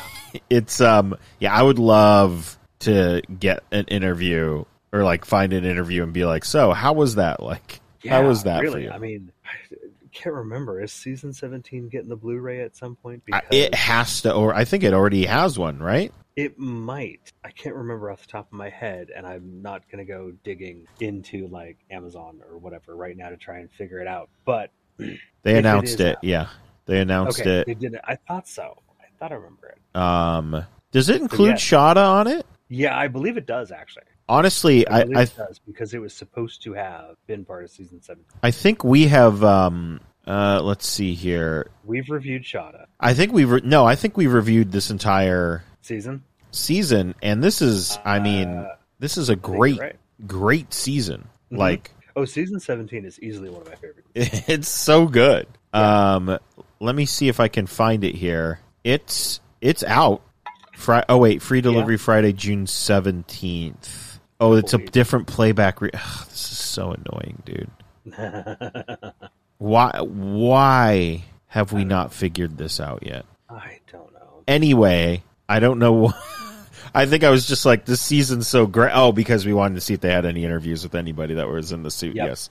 Speaker 2: it's um, yeah, I would love to get an interview or like find an interview and be like, so how was that like? *laughs* how was that
Speaker 3: really?
Speaker 2: for you?
Speaker 3: I mean, I can't remember. Is season seventeen getting the Blu-ray at some point?
Speaker 2: I-
Speaker 3: Because
Speaker 2: it has to, or I think it already has one, right?
Speaker 3: it might. I can't remember off the top of my head, and I'm not going to go digging into like Amazon or whatever right now to try and figure it out. But
Speaker 2: They
Speaker 3: If it
Speaker 2: announced
Speaker 3: is
Speaker 2: it,
Speaker 3: out.
Speaker 2: yeah, they announced
Speaker 3: okay,
Speaker 2: it.
Speaker 3: they did it. I thought so. I thought I remember it.
Speaker 2: Um, does it include
Speaker 3: yeah.
Speaker 2: Shada on it?
Speaker 3: Yeah, I believe it does actually.
Speaker 2: Honestly, I
Speaker 3: believe
Speaker 2: I,
Speaker 3: it does because it was supposed to have been part of season seventeen.
Speaker 2: I think we have. Um, uh, let's see here.
Speaker 3: We've reviewed Shada
Speaker 2: I think we re- no. I think we reviewed this entire
Speaker 3: season.
Speaker 2: season, and this is. I mean,
Speaker 3: Uh,
Speaker 2: this is a
Speaker 3: I think you're
Speaker 2: great,
Speaker 3: right.
Speaker 2: great season.
Speaker 3: Mhm.
Speaker 2: Like
Speaker 3: Oh, season 17 is easily one of my favorite.
Speaker 2: *laughs* It's so good. Um, let me see if I can find it here. It's it's out. Fri- oh wait, free delivery Friday, June seventeenth. Oh, it's a
Speaker 3: Holy-
Speaker 2: different playback. Re- Ugh, this is so annoying, dude. Why why have we not figured this out yet?
Speaker 3: I don't know.
Speaker 2: Anyway, I don't know. wh- *laughs* I think I was just like this season's so great. Oh, because we wanted to see if they had any interviews with anybody that was in the suit.
Speaker 3: Yep.
Speaker 2: Yes.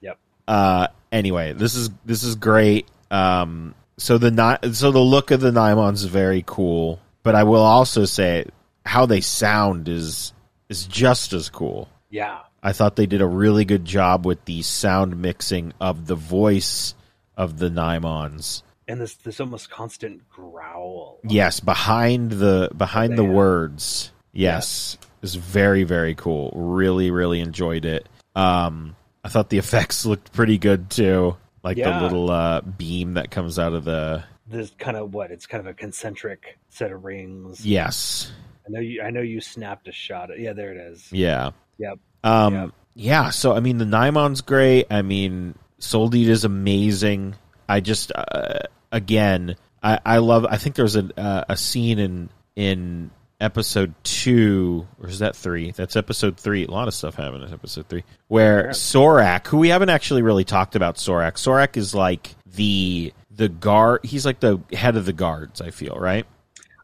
Speaker 3: Yep.
Speaker 2: uh anyway this is this is great um so the ni- so the look of the Nymons is very cool but i will also say how they sound is is just as cool
Speaker 3: Yeah.
Speaker 2: i thought they did a really good job with the sound mixing of the voice of the Nymons.
Speaker 3: And this this almost constant growl.
Speaker 2: yes behind the behind the
Speaker 3: Yeah.
Speaker 2: words yes is very very cool really really enjoyed it um i thought the *laughs* effects looked pretty good too like
Speaker 3: Yeah.
Speaker 2: the little uh beam that comes out of the
Speaker 3: This kind of what? It's kind of a concentric set of rings.
Speaker 2: yes
Speaker 3: I know you I know you snapped a shot. at- Yeah, there it is.
Speaker 2: yeah
Speaker 3: Yep.
Speaker 2: um
Speaker 3: Yep.
Speaker 2: yeah so i mean the naimon's great i mean soldeed is amazing i just uh, again i i love i think there's a uh, a scene in in episode two or is that three that's episode three a lot of stuff happened in episode three where
Speaker 3: Yeah.
Speaker 2: sorak who we haven't actually really talked about sorak sorak is like the the guard he's like the head of the guards i feel right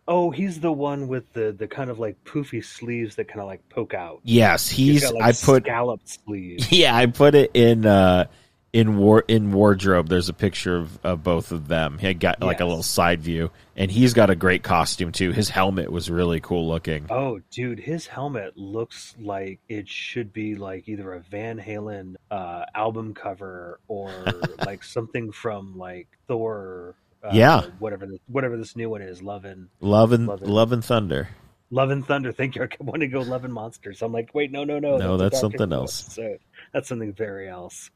Speaker 3: Oh, he's the one with the the kind of like poofy sleeves that kind of like poke out.
Speaker 2: yes he's,
Speaker 3: got, like,
Speaker 2: i put
Speaker 3: scalloped
Speaker 2: *laughs*
Speaker 3: sleeves.
Speaker 2: Yeah, I put it in uh in war in wardrobe. There's a picture of, of both of them. He got like a
Speaker 3: Yes.
Speaker 2: little side view, and he's got a great costume too. His helmet was really cool looking.
Speaker 3: Oh, dude, his helmet looks like it should be like either a Van Halen uh, album cover
Speaker 2: *laughs*
Speaker 3: or like something from like Thor. Uh,
Speaker 2: Yeah.
Speaker 3: whatever the, whatever this new one is, Love and
Speaker 2: Love and
Speaker 3: Love
Speaker 2: love,
Speaker 3: it.
Speaker 2: and thunder.
Speaker 3: Love and Thunder. *laughs* Thank you. I want to go Love and Monsters. I'm like, wait, no, no, no.
Speaker 2: No,
Speaker 3: a
Speaker 2: that's
Speaker 3: Doctor
Speaker 2: something
Speaker 3: Who
Speaker 2: else.
Speaker 3: *laughs* episode. that's something very else.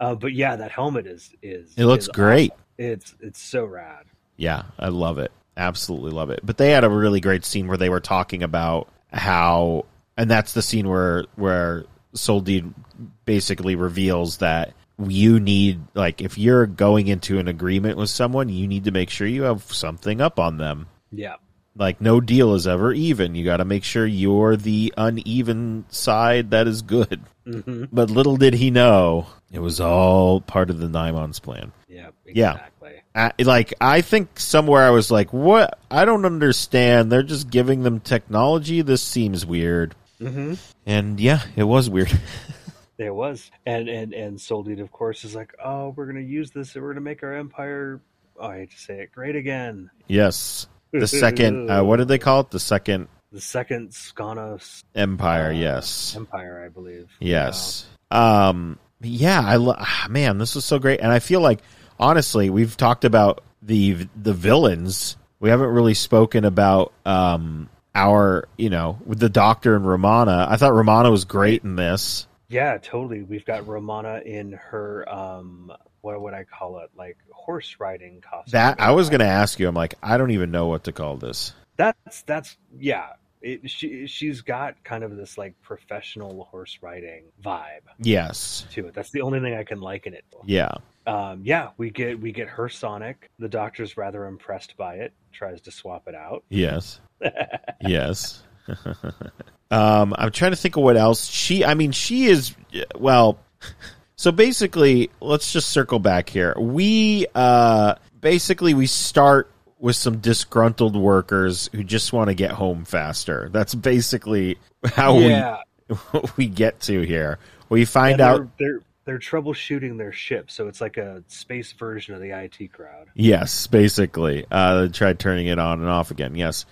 Speaker 3: Uh, but yeah, that helmet is is
Speaker 2: It looks
Speaker 3: is
Speaker 2: great.
Speaker 3: awesome. It's it's so rad.
Speaker 2: Yeah, I love it. Absolutely love it. But they had a really great scene where they were talking about how, and that's the scene where where Soldeed basically reveals that you need like if you're going into an agreement with someone, you need to make sure you have something up on them.
Speaker 3: Yeah,
Speaker 2: like no deal is ever even. You got to make sure you're the uneven side that is good. *laughs*
Speaker 3: hmm
Speaker 2: But little did he know, it was all part of the Naimon's plan.
Speaker 3: yeah, exactly.
Speaker 2: Yeah. I, like I think somewhere I was like, "What? I don't understand. They're just giving them technology. This seems weird."
Speaker 3: Mm-hmm.
Speaker 2: And yeah, it was weird. *laughs*
Speaker 3: There was, and and and Soldeed, of course, is like, oh, we're gonna use this, and we're gonna make our empire. Oh, I hate to say it, great again.
Speaker 2: yes, the second. Uh, what did they call it? The second
Speaker 3: The second Skanos
Speaker 2: empire.
Speaker 3: Uh,
Speaker 2: yes.
Speaker 3: Empire, I believe.
Speaker 2: Yes. Um. Yeah. I lo- ah, man, this was so great, and I feel like honestly, we've talked about the the villains. We haven't really spoken about um our you know with the Doctor and Romana. I thought Romana was great in this.
Speaker 3: Yeah, totally. We've got Romana in her um, what would I call it? Like horse riding costume.
Speaker 2: That I was going to ask you. I'm like, I don't even know what to call this.
Speaker 3: That's that's yeah. It, she she's got kind of this like professional horse riding vibe
Speaker 2: Yes.
Speaker 3: to it. That's the only thing I can liken it. to.
Speaker 2: Yeah.
Speaker 3: um, yeah, we get we get her Sonic. The doctor's rather impressed by it. Tries to swap it out.
Speaker 2: Yes. yes. *laughs* um, I'm trying to think of what else she. I mean, she is well. So basically, let's just circle back here. We uh, basically we start with some disgruntled workers who just want to get home faster. That's basically how
Speaker 3: yeah,
Speaker 2: Oh, we *laughs* we get to here. We find
Speaker 3: and they're,
Speaker 2: out
Speaker 3: they're they're troubleshooting their ship, so it's like a space version of the IT crowd.
Speaker 2: yes, basically. Uh, tried turning it on and off again. Yes,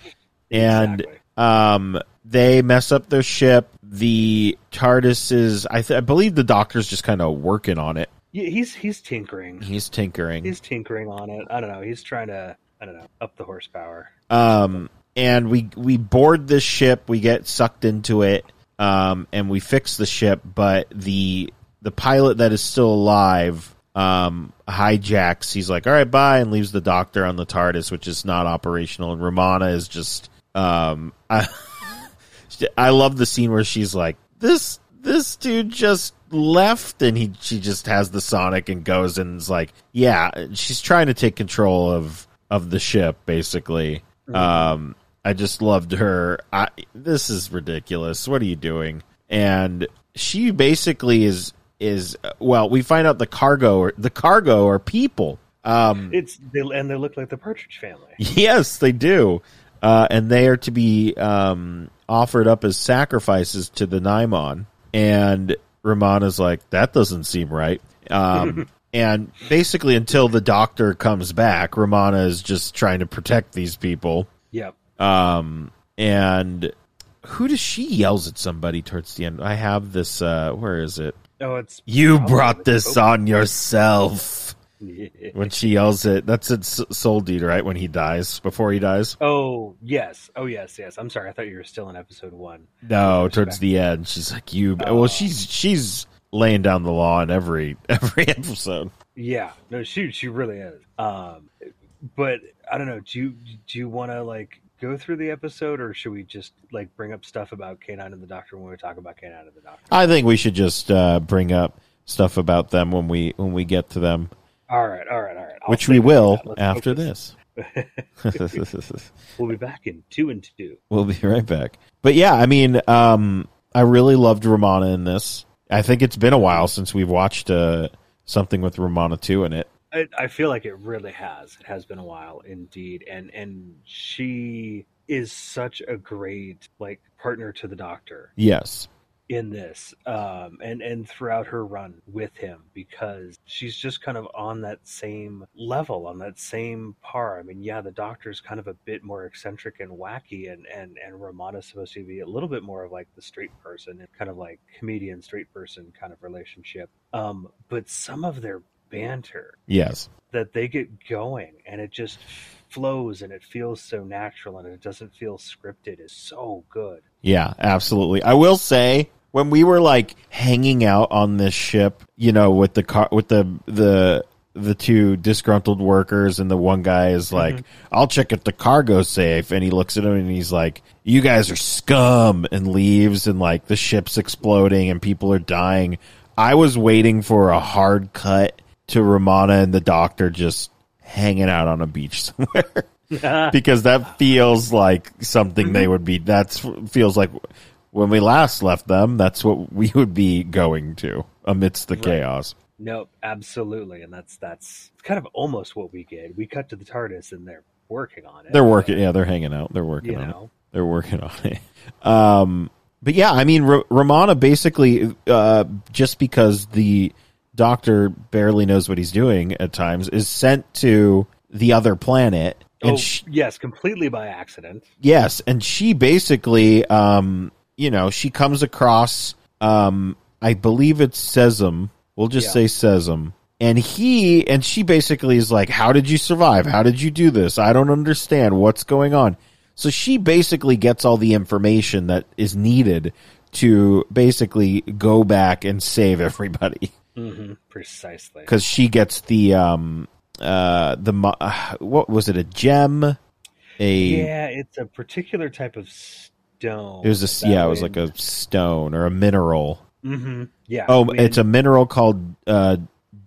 Speaker 2: and
Speaker 3: Exactly.
Speaker 2: Um, they mess up their ship. The TARDIS is, I, th- I believe, the Doctor's just kind of working on it.
Speaker 3: Yeah, he's he's tinkering.
Speaker 2: He's tinkering.
Speaker 3: He's tinkering on it. I don't know. He's trying to I don't know up the horsepower.
Speaker 2: um, and we we board this ship. We get sucked into it. Um, and we fix the ship, but the the pilot that is still alive um hijacks. He's like, "All right, bye," and leaves the Doctor on the TARDIS, which is not operational. And Romana is *laughs* just um. I love the scene where she's like, "This this dude just left and he she just has the sonic and goes and is like yeah she's trying to take control of of the ship basically um i just loved her i this is ridiculous what are you doing and she basically is is well we find out the cargo or the cargo are people um
Speaker 3: It's they, and they look like the Partridge Family.
Speaker 2: Yes, they do. Uh, and they are to be um, offered up as sacrifices to the Nymon. And Romana's like, that doesn't seem right. Um, and basically, until the doctor comes back, Romana is just trying to protect these people.
Speaker 3: Yep.
Speaker 2: Um, and who does she yells at somebody towards the end? I have this. Uh, where is it?
Speaker 3: Oh, it's *laughs*
Speaker 2: You brought this on yourself.
Speaker 3: Yeah.
Speaker 2: When she yells at that's at S- Soul Deed, right? When he dies, before he dies.
Speaker 3: Oh yes, oh yes, yes. I'm sorry, I thought you were still in episode one.
Speaker 2: No, towards the end, she's like you.
Speaker 3: Oh.
Speaker 2: well, she's she's laying down the law in every *laughs* every episode.
Speaker 3: Yeah, no, she she really is. Um, but I don't know. Do you do you want to like go through the episode, or should we just like bring up stuff about Canine and the Doctor when we talk about Canine and the Doctor?
Speaker 2: I think we should just uh, bring up stuff about them when we when we get to them,
Speaker 3: All right, all right, all right. I'll
Speaker 2: which we
Speaker 3: save it for
Speaker 2: will
Speaker 3: that. Let's
Speaker 2: after
Speaker 3: focus.
Speaker 2: this.
Speaker 3: *laughs* We'll be back in two and two.
Speaker 2: *laughs* we'll be right back. But yeah, I mean, um, I really loved Romana in this. I think it's been a while since we've watched uh, something with Romana two in it.
Speaker 3: I, I feel like it really has. It has been a while, indeed. And and she is such a great like partner to the Doctor.
Speaker 2: Yes,
Speaker 3: in this um, and and throughout her run with him because she's just kind of on that same level on that same par i mean yeah the doctor's kind of a bit more eccentric and wacky and and and romana's supposed to be a little bit more of like the straight person and kind of like comedian straight person kind of relationship um but some of their banter
Speaker 2: yes.
Speaker 3: that they get going and it just flows and it feels so natural and it doesn't feel scripted is so good
Speaker 2: Yeah, absolutely. I will say when we were like hanging out on this ship, you know, with the car, with the the the two disgruntled workers and the one guy is like, "I'll check if the cargo's safe," and he looks at him and he's like, "You guys are scum," and leaves, and like the ship's exploding and people are dying. I was waiting for a hard cut to Romana and the doctor just hanging out on a beach somewhere because that feels like something they would be. That's feels like when we last left them. That's what we would be going to amidst the chaos.
Speaker 3: Nope, absolutely, and that's that's kind of almost what we did. We cut to the TARDIS, and they're working on it.
Speaker 2: They're working. Yeah, they're hanging out. They're working
Speaker 3: you
Speaker 2: on it.
Speaker 3: know.
Speaker 2: They're working on it. Um, but yeah, I mean, R- Romana basically uh, just because the doctor barely knows what he's doing at times is sent to the other planet. And
Speaker 3: Oh,
Speaker 2: sh-
Speaker 3: yes, completely by accident.
Speaker 2: Yes, and she basically, um, you know, she comes across, um, I believe it's Sesam. We'll just say
Speaker 3: Yeah.
Speaker 2: Sesam. And he and she basically is like, "How did you survive? How did you do this? I don't understand what's going on." So she basically gets all the information that is needed to basically go back and save everybody *laughs*
Speaker 3: hmm precisely.
Speaker 2: because she gets the um uh the mo- uh, what was it a gem a
Speaker 3: Yeah, it's a particular type of stone.
Speaker 2: It was a s- yeah, it was like a stone or a mineral.
Speaker 3: hmm yeah.
Speaker 2: Oh, it's a mineral called uh,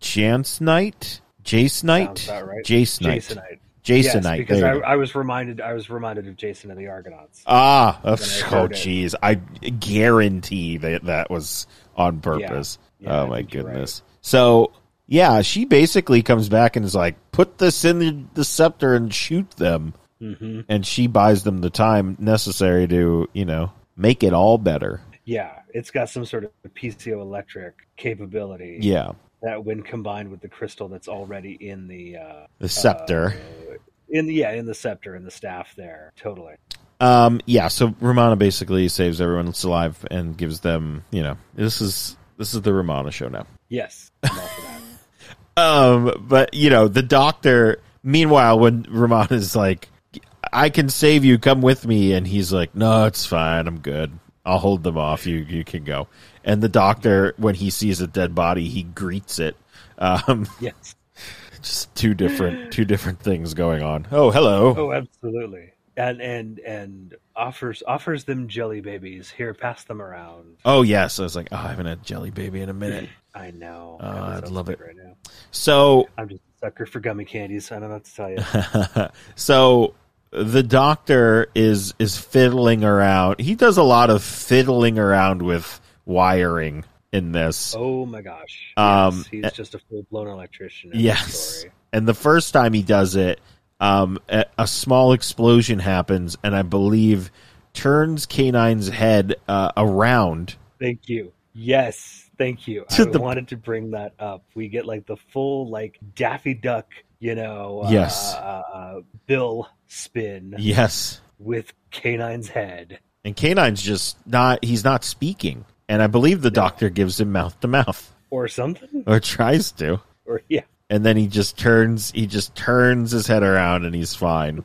Speaker 2: Jansnite, Jasonite,
Speaker 3: Sounds about right.
Speaker 2: Jasonite,
Speaker 3: Jasonite. Yes,
Speaker 2: Jasonite.
Speaker 3: because
Speaker 2: there
Speaker 3: I,
Speaker 2: you go.
Speaker 3: I was reminded. I was reminded of Jason and the Argonauts.
Speaker 2: ah, oh
Speaker 3: I heard it.
Speaker 2: jeez, I guarantee that that was on purpose.
Speaker 3: Yeah,
Speaker 2: oh
Speaker 3: I
Speaker 2: my
Speaker 3: think you're right.
Speaker 2: goodness. So yeah, she basically comes back and is like, "Put this in the, the scepter and shoot them,"
Speaker 3: hmm
Speaker 2: and she buys them the time necessary to you know make it all better.
Speaker 3: Yeah, it's got some sort of piezoelectric capability.
Speaker 2: Yeah,
Speaker 3: that when combined with the crystal that's already in the. Uh,
Speaker 2: the scepter.
Speaker 3: Uh, in the yeah, in the scepter and the staff there, totally.
Speaker 2: Um, yeah, so Romana basically saves everyone that's alive and gives them, you know, this is this is the Romana show now.
Speaker 3: Yes, I'm all for that.
Speaker 2: Um, but you know, the doctor. Meanwhile, when Romana's like, "I can save you, come with me," and he's like, "No, it's fine, I'm good. I'll hold them off. You you can go." And the doctor, when he sees a dead body, he greets it. Um, *laughs*
Speaker 3: yes.
Speaker 2: just two different two different things going on. Oh, hello.
Speaker 3: Oh, absolutely. and and and offers offers them jelly babies. Here, pass them around.
Speaker 2: Oh yes, I was like, oh, I haven't had jelly baby in a minute.
Speaker 3: I know.
Speaker 2: Oh,
Speaker 3: I'm
Speaker 2: I'd love
Speaker 3: obsessed with
Speaker 2: it.
Speaker 3: right now.
Speaker 2: So
Speaker 3: I'm just a sucker for gummy candies. I don't know what to tell
Speaker 2: *laughs*
Speaker 3: you.
Speaker 2: so the doctor is is fiddling around. He does a lot of fiddling around with wiring in this.
Speaker 3: Oh my gosh!
Speaker 2: Um,
Speaker 3: yes, he's just a full blown electrician. in this
Speaker 2: yes.
Speaker 3: story.
Speaker 2: And the first time he does it, um, a, a small explosion happens, and I believe turns Canine's head uh, around.
Speaker 3: Thank you. Yes, thank you. I
Speaker 2: To the-
Speaker 3: wanted to bring that up. We get like the full like Daffy Duck, you know, uh,
Speaker 2: Yes.
Speaker 3: uh, uh, bill spin
Speaker 2: Yes.
Speaker 3: with canine's head.
Speaker 2: And Canine's just not, he's not speaking. And I believe the doctor gives him mouth to mouth
Speaker 3: or something
Speaker 2: or tries to.
Speaker 3: or yeah
Speaker 2: and then he just turns he just turns his head around and he's
Speaker 3: *laughs*
Speaker 2: fine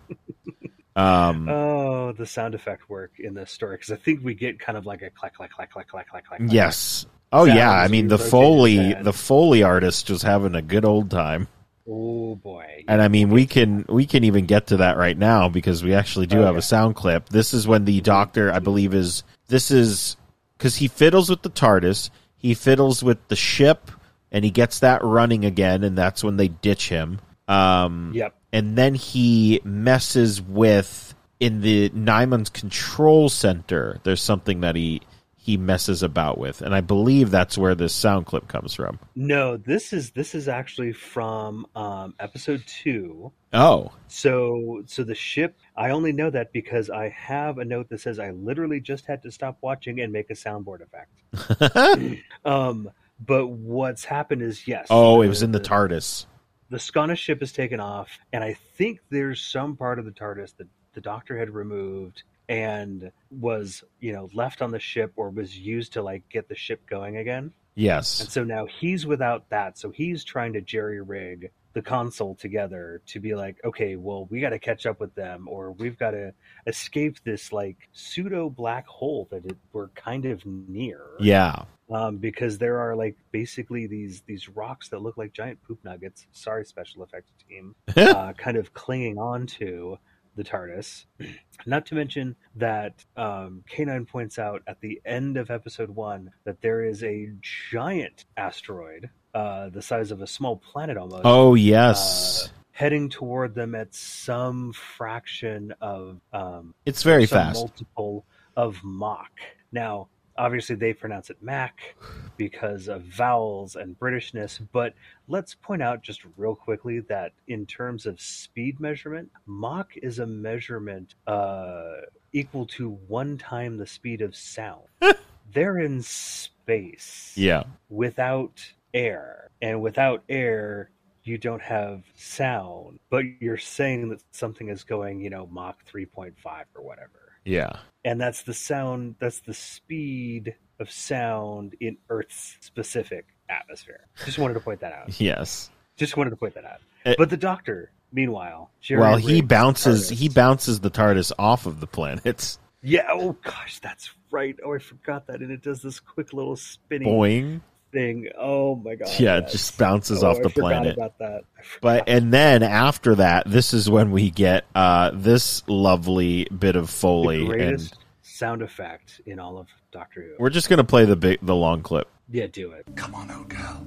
Speaker 2: um
Speaker 3: oh the sound effect work in this story because i think we get kind of like a clack clack clack clack clack clack clack
Speaker 2: yes oh
Speaker 3: Sounds
Speaker 2: yeah i mean the
Speaker 3: rotating
Speaker 2: foley
Speaker 3: fan.
Speaker 2: the foley artist was having a good old time
Speaker 3: oh boy
Speaker 2: and i mean we can we can even get to that right now because we actually do
Speaker 3: Oh,
Speaker 2: have
Speaker 3: yeah.
Speaker 2: a sound clip this is when the doctor i believe is this is because he fiddles with the tardis he fiddles with the ship and he gets that running again and that's when they ditch him um
Speaker 3: yep
Speaker 2: and then he messes with in the Nyman's control center. There's something that he he messes about with, and I believe that's where this sound clip comes from.
Speaker 3: no this is this is actually from um episode two
Speaker 2: Oh,
Speaker 3: so so the ship i only know that because i have a note that says i literally just had to stop watching and make a soundboard effect
Speaker 2: *laughs*
Speaker 3: um but what's happened is yes
Speaker 2: oh, it was in the TARDIS.
Speaker 3: the Scottish ship is taken off, and I think there's some part of the TARDIS that the Doctor had removed and was, you know, left on the ship or was used to like get the ship going again. And
Speaker 2: Yes,
Speaker 3: so now he's without that, so he's trying to jerry rig the console together to be like, okay, well, we got to catch up with them, or we've got to escape this like pseudo black hole that it, we're kind of near
Speaker 2: yeah,
Speaker 3: um, because there are like basically these these rocks that look like giant poop nuggets. Sorry, special effects team, uh, kind of clinging on to the TARDIS. *clears throat* Not to mention that um, K9 points out at the end of episode one that there is a giant asteroid, uh, the size of a small planet almost,
Speaker 2: oh yes,
Speaker 3: heading toward them at some fraction of um,
Speaker 2: it's very
Speaker 3: some
Speaker 2: fast.
Speaker 3: multiple of mock. Now, obviously, they pronounce it Mac because of vowels and Britishness, but let's point out just real quickly that in terms of speed measurement, Mach is a measurement uh, equal to one time the speed
Speaker 2: *laughs*
Speaker 3: of sound. They're in space
Speaker 2: yeah,
Speaker 3: without air. And without air, you don't have sound, but you're saying that something is going, you know, Mach 3.5 or whatever.
Speaker 2: yeah,
Speaker 3: And that's the sound, that's the speed of sound in Earth's specific atmosphere. Just wanted to point that out.
Speaker 2: yes.
Speaker 3: Just wanted to point that out.
Speaker 2: Uh,
Speaker 3: but the doctor, meanwhile, Jerry
Speaker 2: Well, he
Speaker 3: rigs
Speaker 2: bounces
Speaker 3: TARDIS.
Speaker 2: he bounces the TARDIS off of the
Speaker 3: *laughs*
Speaker 2: planet.
Speaker 3: Yeah, oh gosh, that's right. Oh, I forgot that. And it does this quick little spinning
Speaker 2: Boing.
Speaker 3: thing. Oh my god.
Speaker 2: Yeah, it
Speaker 3: yes.
Speaker 2: just bounces
Speaker 3: Oh,
Speaker 2: off
Speaker 3: I
Speaker 2: the
Speaker 3: forgot
Speaker 2: planet.
Speaker 3: About that. I
Speaker 2: But and then after that, this is when we get uh, this lovely bit of foley,
Speaker 3: the
Speaker 2: and
Speaker 3: greatest sound effect in all of Doctor Who.
Speaker 2: we're just gonna play the big, the long clip.
Speaker 3: yeah, do it.
Speaker 4: Come on, old girl.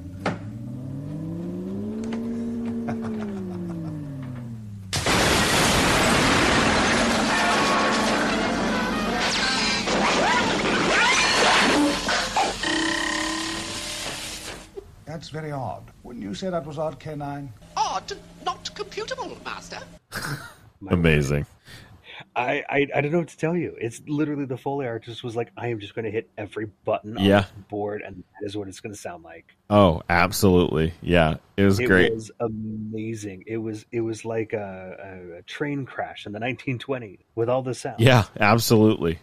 Speaker 4: That's very odd. Wouldn't you say that was odd, K9?
Speaker 5: Odd, not computable, Master.
Speaker 3: My-
Speaker 2: Amazing.
Speaker 3: I, I I don't know what to tell you. It's literally the Foley artist was like, I am just going to hit every button on
Speaker 2: Yeah.
Speaker 3: this board, and that is what it's going to sound like.
Speaker 2: Oh, absolutely. Yeah, it was
Speaker 3: it
Speaker 2: great.
Speaker 3: was amazing. It was it was like a, a, a train crash in the 1920s with all the sound.
Speaker 2: Yeah, absolutely,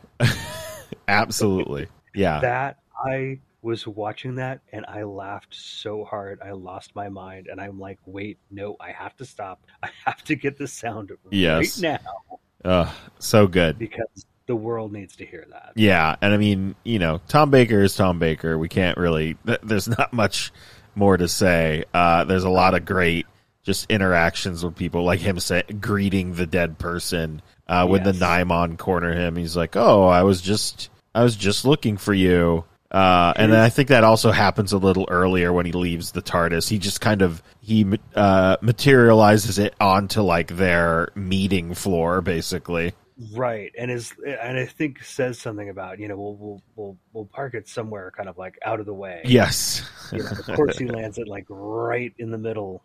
Speaker 2: *laughs* absolutely. Yeah,
Speaker 3: that I was watching that and I laughed so hard I lost my mind and I'm like wait no I have to stop I have to get the sound
Speaker 2: Yes.
Speaker 3: right now
Speaker 2: Ugh, so good.
Speaker 3: because the world needs to hear that
Speaker 2: Yeah, and I mean, you know, Tom Baker is Tom Baker. We can't really. th- There's not much more to say. Uh, there's a lot of great just interactions with people, like him say, greeting the dead person. Uh, when
Speaker 3: Yes.
Speaker 2: the Naimon corner him, he's like, "Oh, I was just, I was just looking for you." Uh, and then I think that also happens a little earlier when he leaves the TARDIS. He just kind of he uh, materializes it onto like their meeting floor, basically.
Speaker 3: Right, and is and I think says something about you know we'll we'll we'll, we'll park it somewhere kind of like out of the way.
Speaker 2: Yes, *laughs*
Speaker 3: You know, of course, he lands it like right in the middle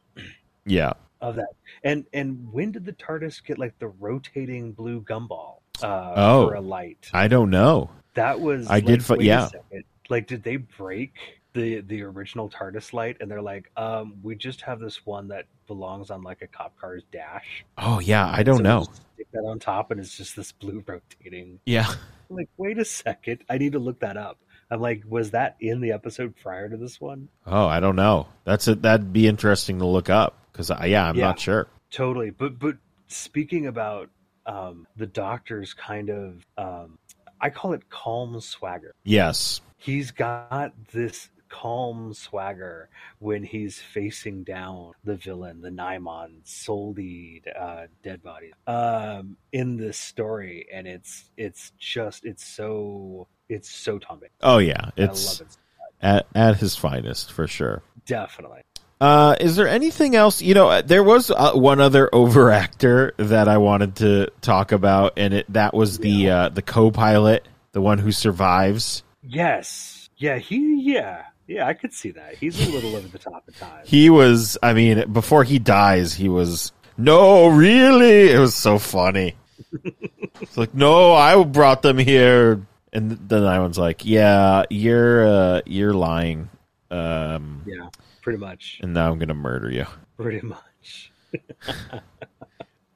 Speaker 2: yeah.
Speaker 3: of that. And and when did the TARDIS get like the rotating blue gumball uh,
Speaker 2: Oh.
Speaker 3: for a light?
Speaker 2: I don't know.
Speaker 3: That was
Speaker 2: I did fi-
Speaker 3: wait a
Speaker 2: yeah.
Speaker 3: second. Like, did they break the the original TARDIS light? And they're like, um, we just have this one that belongs on like a cop car's dash.
Speaker 2: Oh yeah, I don't
Speaker 3: So we
Speaker 2: know.
Speaker 3: just Stick that on top, and it's just this blue *laughs* rotating.
Speaker 2: Yeah.
Speaker 3: I'm like, wait a second, I need to look that up. I'm like, was that in the episode prior to this one?
Speaker 2: Oh, I don't know. That's it. That'd be interesting to look up because yeah, I'm
Speaker 3: Yeah.
Speaker 2: not sure.
Speaker 3: Totally. But but speaking about um, the doctor's kind of, um, I call it calm swagger.
Speaker 2: Yes.
Speaker 3: he's got this calm swagger when he's facing down the villain, the Naimon soul lead, uh, dead body, um, in this story, and it's it's just it's so it's so Tom Baker.
Speaker 2: Oh yeah,
Speaker 3: I
Speaker 2: it's
Speaker 3: love it
Speaker 2: at at his finest for sure.
Speaker 3: definitely.
Speaker 2: Uh, is there anything else? You know, there was uh, one other *laughs* overactor that I wanted to talk about, and it that was the uh, the co-pilot, the one who survives.
Speaker 3: Yes, yeah, he yeah yeah I could see that. He's a little over the top at times.
Speaker 2: He was, I mean, before he dies, he was no, really. It was so funny. it's like, no, I brought them here, and then I was like, yeah, you're uh, you're lying, um,
Speaker 3: yeah, pretty much,
Speaker 2: and now I'm gonna murder you.
Speaker 3: pretty much.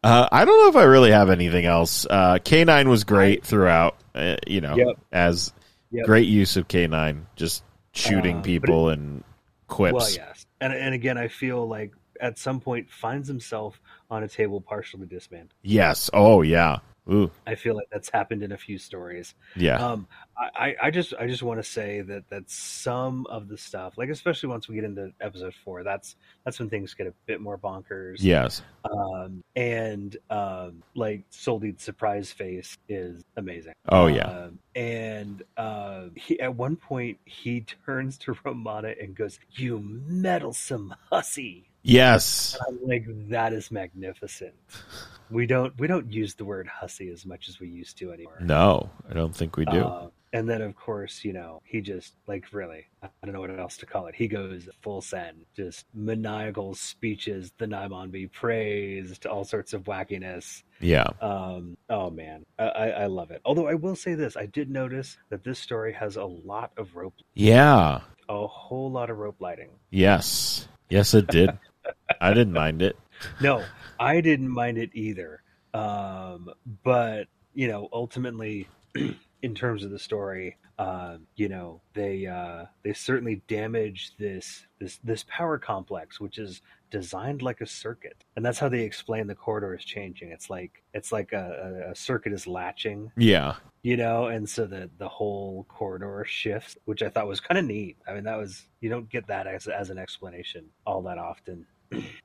Speaker 2: Uh, I don't know if I really have anything else. Uh, K9 was great throughout, uh, you know,
Speaker 3: Yep.
Speaker 2: as
Speaker 3: Yep.
Speaker 2: great use of K9, just shooting
Speaker 3: Uh, but
Speaker 2: people and quips.
Speaker 3: Well, yes, and and again, I feel like at some point finds himself on a table partially dismantled.
Speaker 2: Yes. Oh, yeah. Ooh,
Speaker 3: I feel like that's happened in a few stories.
Speaker 2: yeah.
Speaker 3: Um, I, I- I just I just want to say that that some of the stuff, like especially once we get into episode four, that's that's when things get a bit more bonkers.
Speaker 2: yes.
Speaker 3: Um, and um, like Soldi's surprise face is amazing.
Speaker 2: Oh, yeah.
Speaker 3: Um, and uh, he, at one point he *laughs* turns to Romana and goes, "You meddlesome hussy."
Speaker 2: Yes.
Speaker 3: I'm like that
Speaker 2: *laughs*
Speaker 3: is magnificent. We don't we don't use the word hussy as much as we used to anymore.
Speaker 2: No, I don't think we do.
Speaker 3: Uh, and then of course, you know, he just like really, I don't know what else to call it. He goes full send, just maniacal speeches, the Naimon be praised, all sorts of wackiness.
Speaker 2: yeah.
Speaker 3: Um, oh man, I, I, I love it. Although I will say this, I did notice that this story has a lot of rope,
Speaker 2: Yeah.
Speaker 3: a whole lot of rope lighting.
Speaker 2: Yes. Yes, it did. I didn't mind it.
Speaker 3: no, I didn't mind it either. Um, but you know, ultimately, *clears throat* in terms of the story, um, you know, they uh, they certainly damage this this this power complex, which is designed like a circuit, and that's how they explain the corridor is changing. It's like it's like a, a, a circuit is latching,
Speaker 2: Yeah.
Speaker 3: you know, and so the the whole corridor shifts, which I thought was kind of neat. I mean, that was you don't get that as as an explanation all that often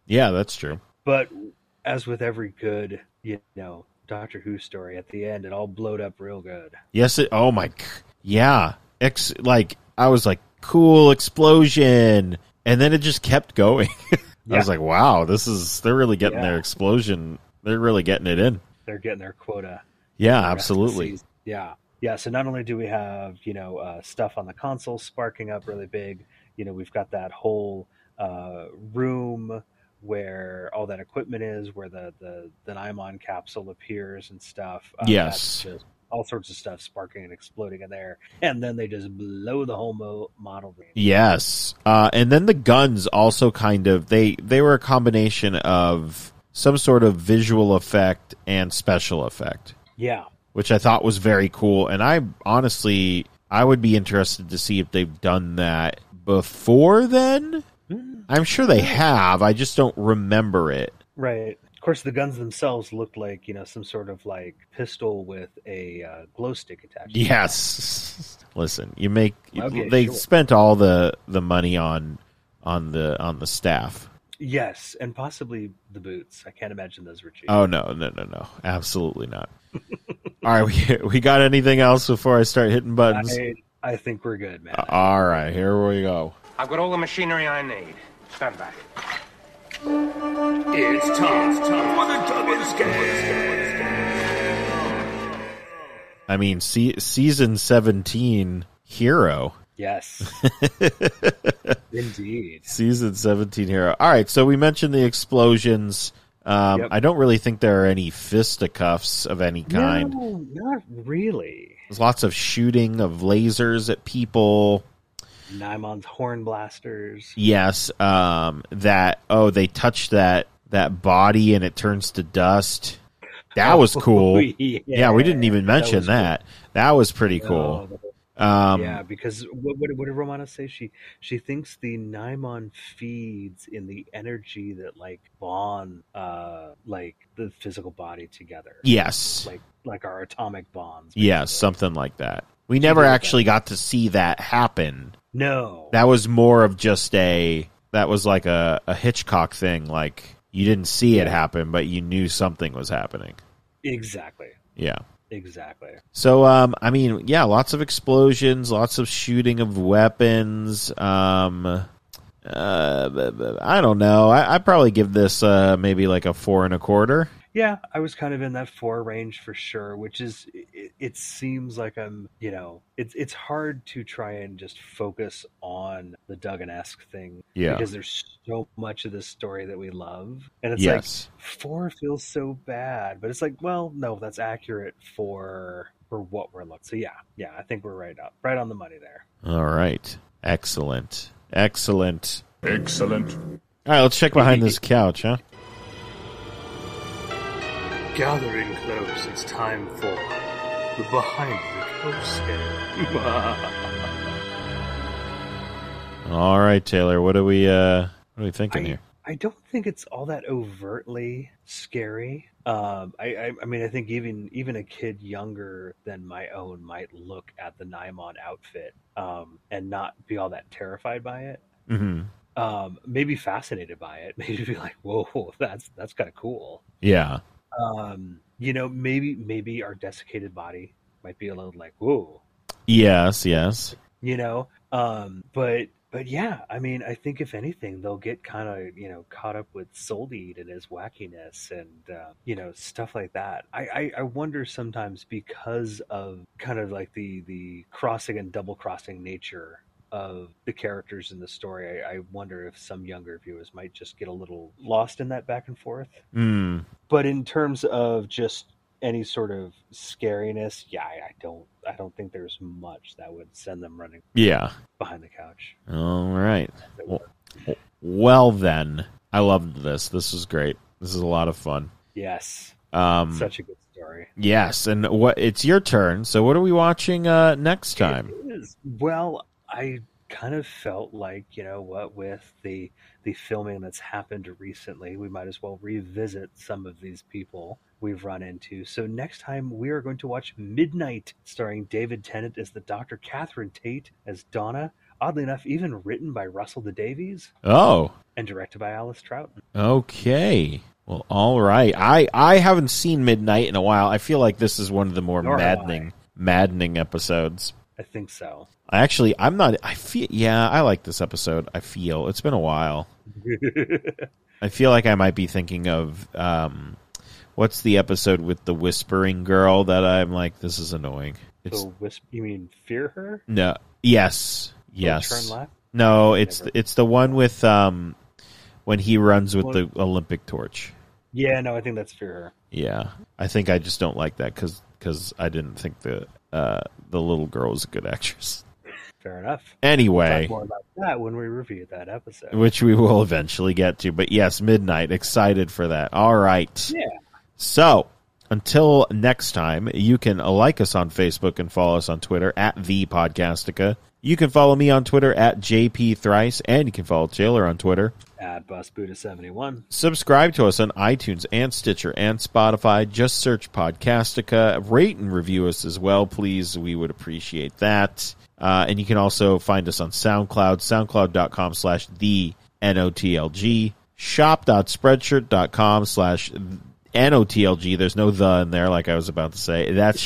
Speaker 2: Yeah, that's true.
Speaker 3: but as with every good, you know, Doctor Who story, at the end it all blowed up real good.
Speaker 2: Yes, it. Oh my. g- Yeah. Ex. Like I was like, cool explosion, and then it just kept going. *laughs* I was like, wow, this is. They're really getting their
Speaker 3: Yeah.
Speaker 2: explosion. They're really getting it in.
Speaker 3: They're getting their quota.
Speaker 2: Yeah,
Speaker 3: for the rest of the
Speaker 2: absolutely.
Speaker 3: season. Yeah, yeah. So not only do we have you know uh, stuff on the console sparking up really big, you know, we've got that whole uh, room where all that equipment is, where the the the Nymon capsule appears and stuff. Uh,
Speaker 2: Yes.
Speaker 3: that's just all sorts of stuff sparking and exploding in there, and then they just blow the whole mo- model.
Speaker 2: Yes. Uh, and then the guns also kind of they they were a combination of some sort of visual effect and special effect.
Speaker 3: Yeah.
Speaker 2: which I thought was very cool. And I honestly, I would be interested to see if they've done that before then. I'm sure they have. I just don't remember it.
Speaker 3: Right. Of course, the guns themselves looked like you know some sort of like pistol with a uh, glow stick attached.
Speaker 2: Yes. *laughs* Listen, you make
Speaker 3: Okay,
Speaker 2: they
Speaker 3: sure.
Speaker 2: spent all the the money on on the on the staff.
Speaker 3: Yes, and possibly the boots. I can't imagine those were cheap.
Speaker 2: Oh no, no, no, no, absolutely not. *laughs* All right, we we got anything else before I start hitting buttons?
Speaker 3: I, I think we're good, man.
Speaker 2: All right, here we go.
Speaker 6: I've got all the machinery I need. Stand back.
Speaker 7: It's time, for the Dubbins
Speaker 2: I mean, se- season seventeen hero. *laughs*
Speaker 3: yes, indeed.
Speaker 2: Season 17 hero. All right, so we mentioned the explosions. Um,
Speaker 3: Yep.
Speaker 2: I don't really think there are any fisticuffs of any kind.
Speaker 3: No, not really.
Speaker 2: There's lots of shooting of lasers at people.
Speaker 3: Nymon's horn blasters.
Speaker 2: Yes, um, that oh they touch that that body and it turns to dust. That was cool. yeah.
Speaker 3: *laughs* yeah.
Speaker 2: we didn't even mention
Speaker 3: was
Speaker 2: that. That was pretty
Speaker 3: cool.
Speaker 2: cool.
Speaker 3: No,
Speaker 2: Um,
Speaker 3: yeah, because what, what, what did Romana say? She she thinks the Nymon feeds in the energy that like bond uh like the physical body together.
Speaker 2: Yes.
Speaker 3: Like like our atomic bonds.
Speaker 2: Yes, something like that. We never
Speaker 3: did that.
Speaker 2: actually got to see that happen.
Speaker 3: No.
Speaker 2: That was more of just a that was like a, a Hitchcock thing, like you didn't see it happen, but you knew something was happening.
Speaker 3: exactly.
Speaker 2: Yeah.
Speaker 3: Exactly.
Speaker 2: So, um, I mean, yeah, lots of explosions, lots of shooting of weapons. Um, uh, b- b- I don't know. I, I'd probably give this uh, maybe like a four and a quarter.
Speaker 3: Yeah, I was kind of in that four range for sure, which is it, it seems like I'm, you know, it's it's hard to try and just focus on the Duggan-esque thing
Speaker 2: Yeah.
Speaker 3: because there's so much of this story that we love, and it's
Speaker 2: yes.
Speaker 3: like four feels so bad, but it's like, well, no, that's accurate for for what we're looking. So yeah, yeah, I think we're right up, right on the money there.
Speaker 2: All right. Excellent. Excellent.
Speaker 7: Excellent.
Speaker 2: All right, let's check behind this couch, huh?
Speaker 6: Gathering close, it's time for the behind the close *laughs* game.
Speaker 2: All right, Taylor. What are we? Uh, what are we thinking
Speaker 3: I-
Speaker 2: here?
Speaker 3: I don't think it's all that overtly scary. Um, I, I, I mean, I think even even a kid younger than my own might look at the Nymon outfit um, and not be all that terrified by it.
Speaker 2: Mm-hmm.
Speaker 3: Um, maybe fascinated by it. *laughs* Maybe be like, "Whoa, that's that's kind of cool."
Speaker 2: Yeah.
Speaker 3: Um, you know, maybe maybe our desiccated body might be a little like, "Whoa,
Speaker 2: Yes. Yes.
Speaker 3: you know um but but yeah i mean i think if anything they'll get kind of you know caught up with soldeed and his wackiness and uh, you know stuff like that I, I i wonder sometimes because of kind of like the the crossing and double crossing nature of the characters in the story I, I wonder if some younger viewers might just get a little lost in that back and forth
Speaker 2: Mm.
Speaker 3: but in terms of just any sort of scariness yeah I, I don't i don't think there's much that would send them running
Speaker 2: Yeah.
Speaker 3: behind the couch.
Speaker 2: All right. Well then, I loved this. This was great. This is a lot of fun.
Speaker 3: Yes,
Speaker 2: Um,
Speaker 3: such a good story.
Speaker 2: yes, and what? It's your turn. So, what are we watching uh, next time?
Speaker 3: It is. Well, I kind of felt like you know what with the the filming that's happened recently, we might as well revisit some of these people we've run into. So next time we are going to watch Midnight, starring David Tennant as the Doctor, Catherine Tate as Donna. Oddly enough, even written by Russell the Davies
Speaker 2: Oh,
Speaker 3: and directed by Alice Troughton.
Speaker 2: okay. Well, all right. I I haven't seen Midnight in a while. I feel like this is one of the more
Speaker 3: Nor have I.
Speaker 2: maddening maddening episodes.
Speaker 3: I think so.
Speaker 2: I actually, I'm not. I feel. Yeah, I like this episode. I feel it's been a
Speaker 3: *laughs*
Speaker 2: while. I feel like I might be thinking of um, what's the episode with the whispering girl that I'm like, this is annoying. It's
Speaker 3: So, whisp- you mean fear her?
Speaker 2: no, yes,
Speaker 3: Will
Speaker 2: yes,
Speaker 3: Turn left.
Speaker 2: no. It's
Speaker 3: Never.
Speaker 2: it's the one with um, when he runs with the Olympic torch.
Speaker 3: Yeah, no, I think that's fear her.
Speaker 2: Yeah, I think I just don't like that because I didn't think the uh, the little girl was a good actress.
Speaker 3: Fair enough.
Speaker 2: Anyway,
Speaker 3: Talk more about that when we review that episode.
Speaker 2: which we will eventually get to. But yes, midnight. Excited for that. All right.
Speaker 3: Yeah.
Speaker 2: So until next time, you can like us on Facebook and follow us on Twitter at the Podcastica. You can follow me on Twitter at JP Thrice, and you can follow Taylor on Twitter.
Speaker 3: At Bus Buddha seventy one.
Speaker 2: Subscribe to us on iTunes and Stitcher and Spotify. Just search Podcastica. Rate and review us as well, please. We would appreciate that. Uh, and you can also find us on SoundCloud, soundcloud.com slash the N-O-T-L-G. shop.spreadshirt.com slash notlg. There's no the in there, like I was about to say. That's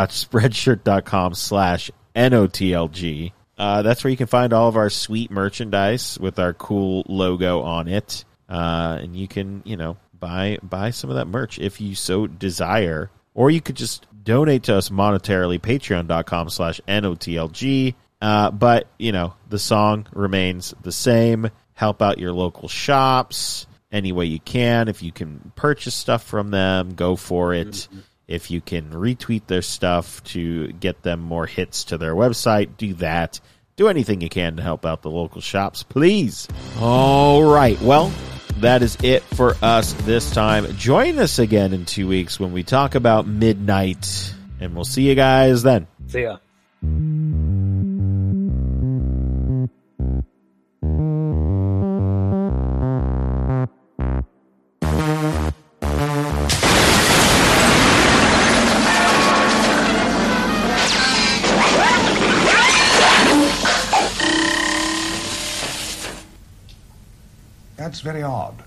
Speaker 2: shop.spreadshirt.com slash notlg. Uh, that's where you can find all of our sweet merchandise with our cool logo on it, uh, and you can you know buy buy some of that merch if you so desire, or you could just donate to us monetarily. Patreon.com slash notlg. Uh, but you know the song remains the same. Help out your local shops any way you can. If you can purchase stuff from them, go for it. If you can retweet their stuff to get them more hits to their website, do that. Do anything you can to help out the local shops, please. All right. Well, that is it for us this time. Join us again in two weeks when we talk about midnight, and we'll see you guys then.
Speaker 3: See ya.
Speaker 4: That's very odd.